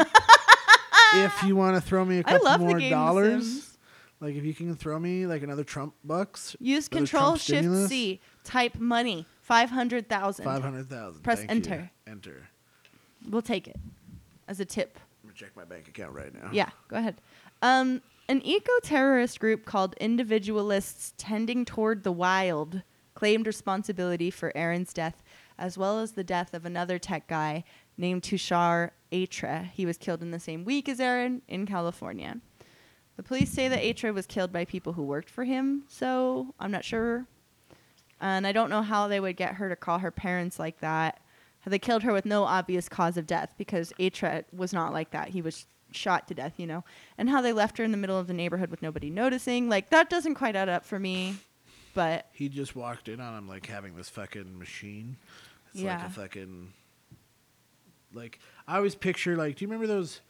S2: if you want to throw me a couple
S1: love the
S2: more
S1: game
S2: dollars,
S1: Sims.
S2: like if you can throw me like another Trump bucks,
S1: Use
S2: another
S1: Control
S2: Trump
S1: Shift
S2: stimulus,
S1: C. Type money. Five hundred thousand.
S2: five hundred thousand.
S1: Press
S2: Thank you.
S1: enter.
S2: Enter.
S1: We'll take it as a tip.
S2: I'm gonna check my bank account right now.
S1: Yeah, go ahead. Um, an eco-terrorist group called Individualists Tending Toward the Wild claimed responsibility for Aaron's death, as well as the death of another tech guy named Tushar Atra. He was killed in the same week as Aaron in California. The police say that Atra was killed by people who worked for him, so I'm not sure. And I don't know how they would get her to call her parents like that. They killed her with no obvious cause of death because Atra was not like that. He was shot to death, you know. And how they left her in the middle of the neighborhood with nobody noticing. Like, that doesn't quite add up for me. But
S2: He just walked in on him like having this fucking machine. It's like
S1: Yeah.
S2: a fucking like I always picture like do you remember those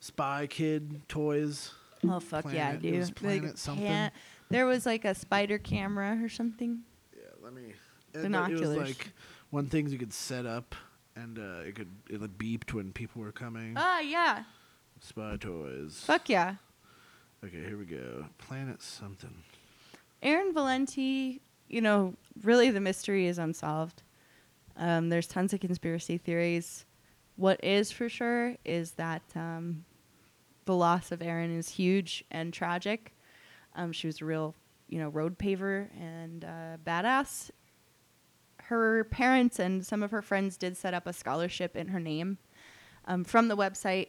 S2: spy kid toys?
S1: Oh fuck yeah, I
S2: Planet-
S1: do.
S2: it was
S1: Like,
S2: Planet something.
S1: pan- there was like a spider camera or something.
S2: Yeah, let me. and it- It was
S1: Binoculars.
S2: like one things you could set up, and uh, it could it like, beeped when people were coming.
S1: Ah yeah,
S2: Spy toys.
S1: fuck yeah.
S2: Okay, here we go. Planet something.
S1: Aaron Valenti, you know, really the mystery is unsolved. Um, there's tons of conspiracy theories. What is for sure is that um, the loss of Aaron is huge and tragic. Um, she was a real, you know, road paver and uh, badass. Her parents and some of her friends did set up a scholarship in her name. Um, from the website,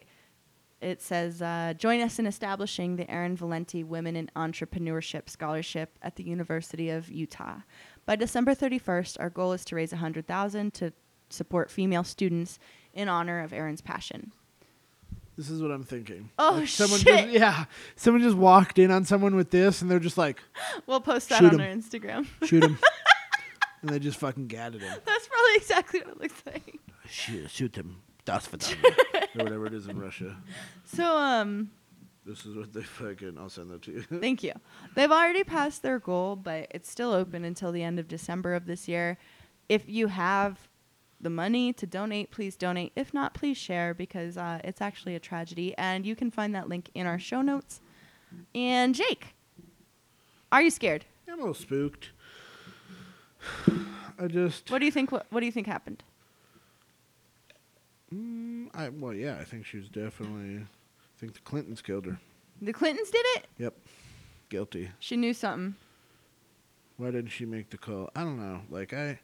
S1: it says, uh, join us in establishing the Erin Valenti Women in Entrepreneurship Scholarship at the University of Utah. By December 31st, our goal is to raise 100000 to support female students in honor of Erin's passion.
S2: This is what I'm thinking.
S1: Oh,
S2: someone
S1: shit.
S2: Just, yeah, someone just walked in on someone with this, and they're just like,
S1: We'll post that
S2: Shoot
S1: on
S2: 'em.
S1: our Instagram.
S2: shoot him, and they just fucking gathered him.
S1: That's probably exactly what it looks like.
S2: Shoot, shoot him. Das verdammt. or whatever it is in Russia.
S1: So, um,
S2: This is what they fucking. I'll send that to you.
S1: Thank you. They've already passed their goal, but it's still open until the end of December of this year. If you have the money to donate, please donate. If not, please share because uh, it's actually a tragedy. And you can find that link in our show notes. And Jake, are you scared?
S2: I'm a little spooked. I just.
S1: What do you think? What, what do you think happened?
S2: Mm, I well, yeah, I think she was definitely. I think the Clintons killed her.
S1: The Clintons did it.
S2: Yep. Guilty.
S1: She knew something.
S2: Why didn't she make the call? I don't know. Like I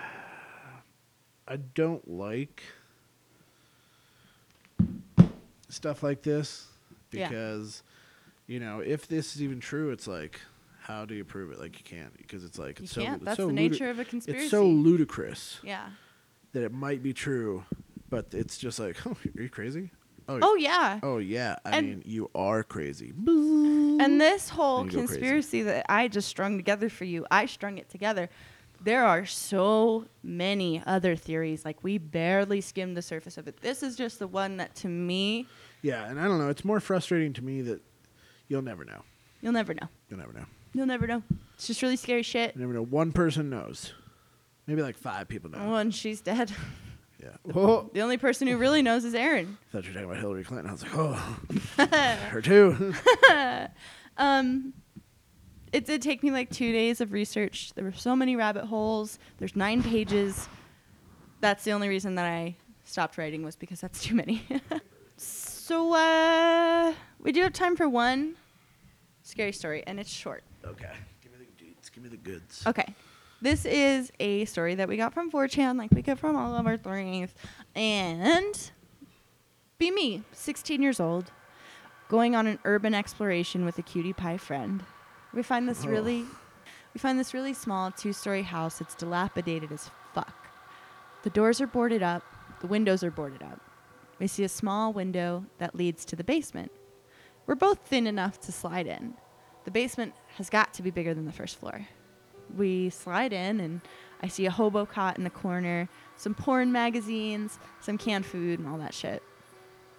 S2: I don't like stuff like this
S1: Yeah.
S2: because you know, if this is even true, it's like how do you prove it? Like you can't because it's like
S1: You
S2: it's so
S1: can't.
S2: it's
S1: That's
S2: so
S1: the
S2: ludi-
S1: nature of a conspiracy.
S2: It's so ludicrous
S1: yeah.
S2: that it might be true, but it's just like, oh, are you crazy?
S1: Oh yeah.
S2: Oh yeah, I
S1: And-
S2: mean you are crazy. Mm-hmm.
S1: And this whole
S2: Then you go crazy.
S1: conspiracy that I just strung together for you, I strung it together. There are so many other theories. Like we barely skimmed the surface of it. This is just the one that to me,
S2: Yeah, and I don't know. It's more frustrating to me that you'll never know.
S1: you'll never know.
S2: You'll never know.
S1: You'll never know. It's just really scary shit.
S2: You never know. One person knows. Maybe like five people know.
S1: Well, and she's dead.
S2: Yeah. Oh,
S1: The only person who really knows is Aaron.
S2: I thought you were talking about Hillary Clinton. I was like, oh, her too.
S1: Um, it did take me like two days of research. There were so many rabbit holes. There's nine pages. That's the only reason that I stopped writing was because that's too many. so uh, we do have time for one scary story, and it's short.
S2: okay. Give me the dudes. Give me the goods.
S1: Okay. This is a story that we got from 4chan, like we get from all of our stories. And be me, 16 years old, going on an urban exploration with a cutie pie friend. We find this
S2: Oh.
S1: really we find this really small two-story house. It's dilapidated as fuck. The doors are boarded up, the windows are boarded up. We see a small window that leads to the basement. We're both thin enough to slide in. The basement has got to be bigger than the first floor. We slide in, and I see a hobo cot in the corner, some porn magazines, some canned food, and all that shit.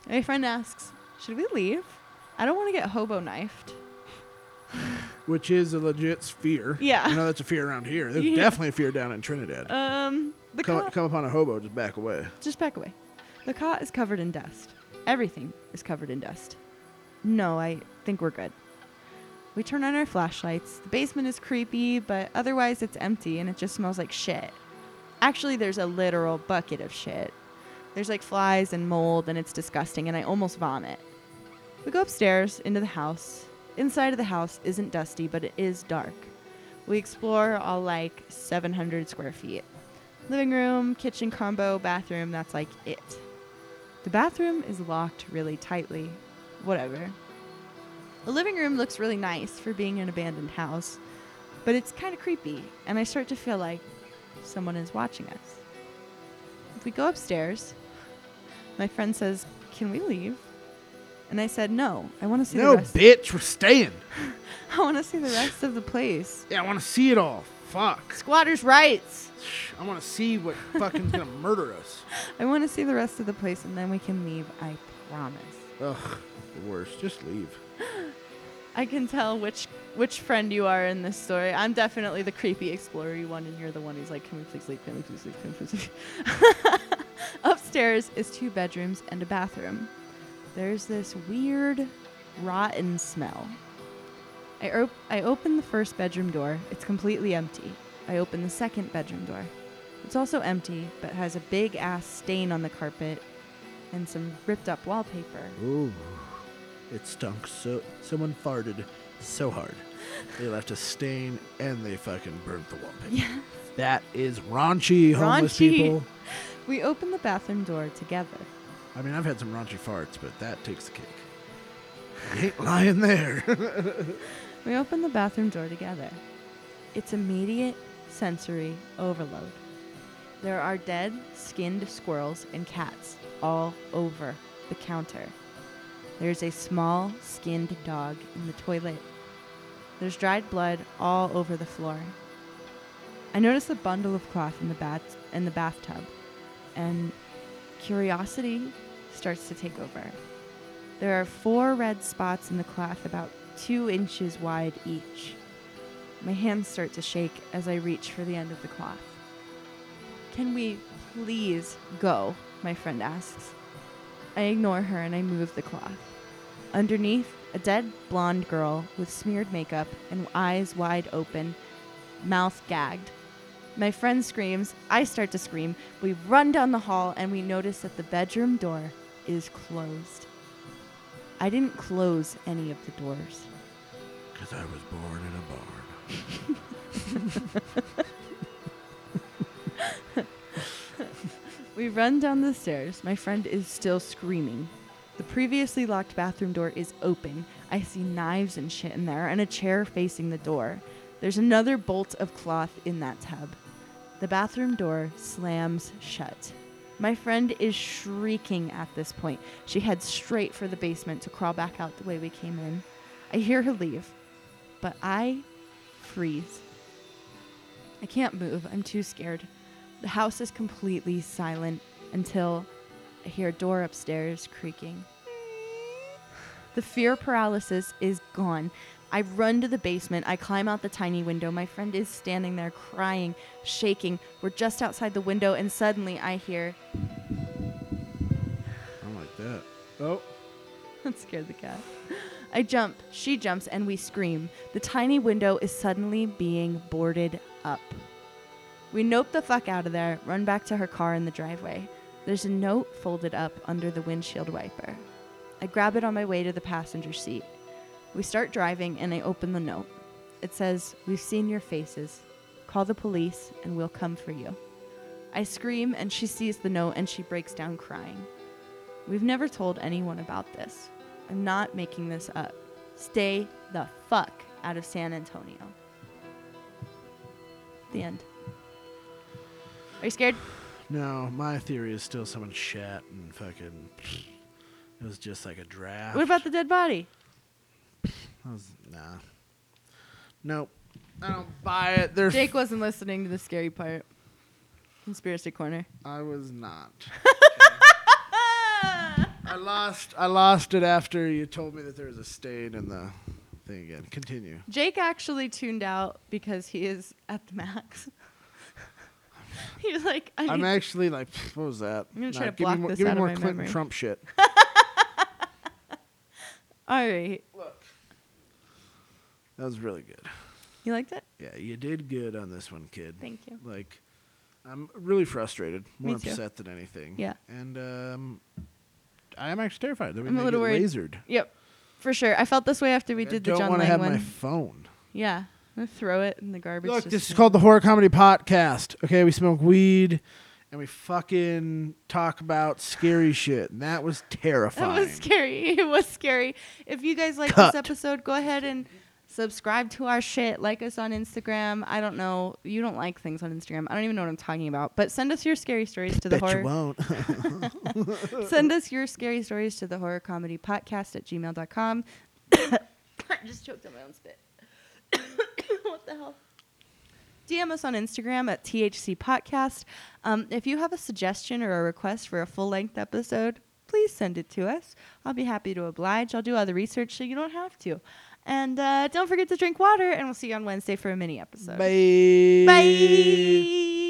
S1: My friend asks, Should we leave? I don't want to get hobo knifed.
S2: Which is a legit fear.
S1: Yeah.
S2: I know that's a fear around here. There's
S1: Yeah.
S2: definitely a fear down in Trinidad.
S1: Um, the
S2: come,
S1: cop-
S2: come upon a hobo, just back away.
S1: Just back away. The cot is covered in dust. Everything is covered in dust. No, I think we're good. We turn on our flashlights. The basement is creepy, but otherwise it's empty and it just smells like shit. Actually, there's a literal bucket of shit. There's like flies and mold and it's disgusting and I almost vomit. We go upstairs into the house. Inside of the house isn't dusty, but it is dark. We explore all like 700 square feet living room, kitchen combo, bathroom, that's like it. The bathroom is locked really tightly. Whatever. The living room looks really nice for being an abandoned house, but it's kind of creepy, and I start to feel like someone is watching us. If we go upstairs, my friend says, Can we leave? And I said, No, I want to see
S2: No,
S1: the rest.
S2: bitch, we're staying.
S1: I want to see the rest of the place.
S2: Yeah, I want to see it all. Fuck.
S1: Squatters' rights.
S2: I want to see what fucking's gonna murder us.
S1: I want to see the rest of the place, and then we can leave. I promise.
S2: Ugh, the worst. Just leave.
S1: I can tell which which friend you are in this story. I'm definitely the creepy explorer one, and you're the one who's like, "Can we please leave? Can we please leave? Can we please leave?" Upstairs is two bedrooms and a bathroom. There's this weird, rotten smell. I, op- I open the first bedroom door. It's completely empty. I open the second bedroom door. It's also empty, but has a big ass stain on the carpet and some ripped up wallpaper.
S2: Ooh, it stunk so. Someone farted so hard. They left a stain and they fucking burnt the wallpaper.
S1: Yeah.
S2: That is raunchy, homeless
S1: Raunchy.
S2: people.
S1: We open the bathroom door together.
S2: I mean, I've had some raunchy farts, but that takes the cake. You ain't lying there.
S1: We open the bathroom door together. It's immediate sensory overload. There are dead, skinned squirrels and cats all over the counter. There's a small, skinned dog in the toilet. There's dried blood all over the floor. I notice a bundle of cloth in the bat in the bathtub, and curiosity starts to take over. There are four red spots in the cloth about two inches wide each. My hands start to shake as I reach for the end of the cloth. Can we please go? My friend asks. I ignore her and I move the cloth. Underneath, a dead blonde girl with smeared makeup and eyes wide open, mouth gagged. My friend screams, I start to scream. We run down the hall and we notice that the bedroom door is closed. I didn't close any of the doors.
S2: Because I was born in a barn.
S1: We run down the stairs. My friend is still screaming. The previously locked bathroom door is open. I see knives and shit in there and a chair facing the door. There's another bolt of cloth in that tub. The bathroom door slams shut. My friend is shrieking at this point. She heads straight for the basement to crawl back out the way we came in. I hear her leave, but I freeze. I can't move. I'm too scared. The house is completely silent until I hear a door upstairs creaking. The fear paralysis is gone. I run to the basement. I climb out the tiny window. My friend is standing there crying, shaking. We're just outside the window, and suddenly I hear.
S2: I'm like that. Oh.
S1: That scared the cat. I jump, she jumps, and we scream. The tiny window is suddenly being boarded up. We nope the fuck out of there, run back to her car in the driveway. There's a note folded up under the windshield wiper. I grab it on my way to the passenger seat. We start driving, and I open the note. It says, We've seen your faces. Call the police, and we'll come for you. I scream, and she sees the note, and she breaks down crying. We've never told anyone about this. I'm not making this up. Stay the fuck out of San Antonio. The end. Are you scared?
S2: No, my theory is still someone shat and fucking. It was just like a draft.
S1: What about the dead body?
S2: That was, nah. Nope. I don't buy it. There's.
S1: Jake wasn't listening to the scary part. Conspiracy corner.
S2: I was not. I lost. I lost it after you told me that there was a stain in the thing again. Continue.
S1: Jake actually tuned out because he is at the max. he was like, I
S2: I'm
S1: need-
S2: actually like, what was that?
S1: I'm gonna try to
S2: give
S1: block
S2: me more,
S1: this
S2: give
S1: out of
S2: me more
S1: my
S2: Clinton
S1: memory.
S2: Trump shit.
S1: all right.
S2: that was really good.
S1: You liked it?
S2: Yeah, you did good on this one, kid.
S1: Thank you.
S2: Like, I'm really frustrated, more
S1: Me too.
S2: upset than anything.
S1: Yeah.
S2: And um, I am actually terrified that we
S1: I'm a
S2: may
S1: little
S2: get
S1: worried.
S2: lasered.
S1: Yep, for sure. I felt this way after we
S2: I
S1: did the
S2: don't
S1: John
S2: wanna
S1: Lang
S2: have
S1: one.
S2: my phone.
S1: yeah, I'm gonna throw it in the garbage.
S2: Look,
S1: just-
S2: this is called the Horror Comedy Podcast. Okay, we smoke weed and we fucking talk about scary shit. And that was terrifying.
S1: That was scary. It was scary. If you guys like
S2: Cut.
S1: this episode, go ahead and subscribe to our shit. Like us on Instagram. I don't know. You don't like things on Instagram. I don't even know what I'm talking about. But send us your scary stories to the
S2: Bet you
S1: horror.
S2: won't.
S1: Send us your scary stories to the horror comedy podcast at gmail.com. I just choked on my own spit. what the hell? DM us on Instagram at THC Podcast. Um, if you have a suggestion or a request for a full length episode, please send it to us. I'll be happy to oblige. I'll do all the research so you don't have to. And uh, don't forget to drink water, and we'll see you on Wednesday for a mini episode.
S2: Bye.
S1: Bye.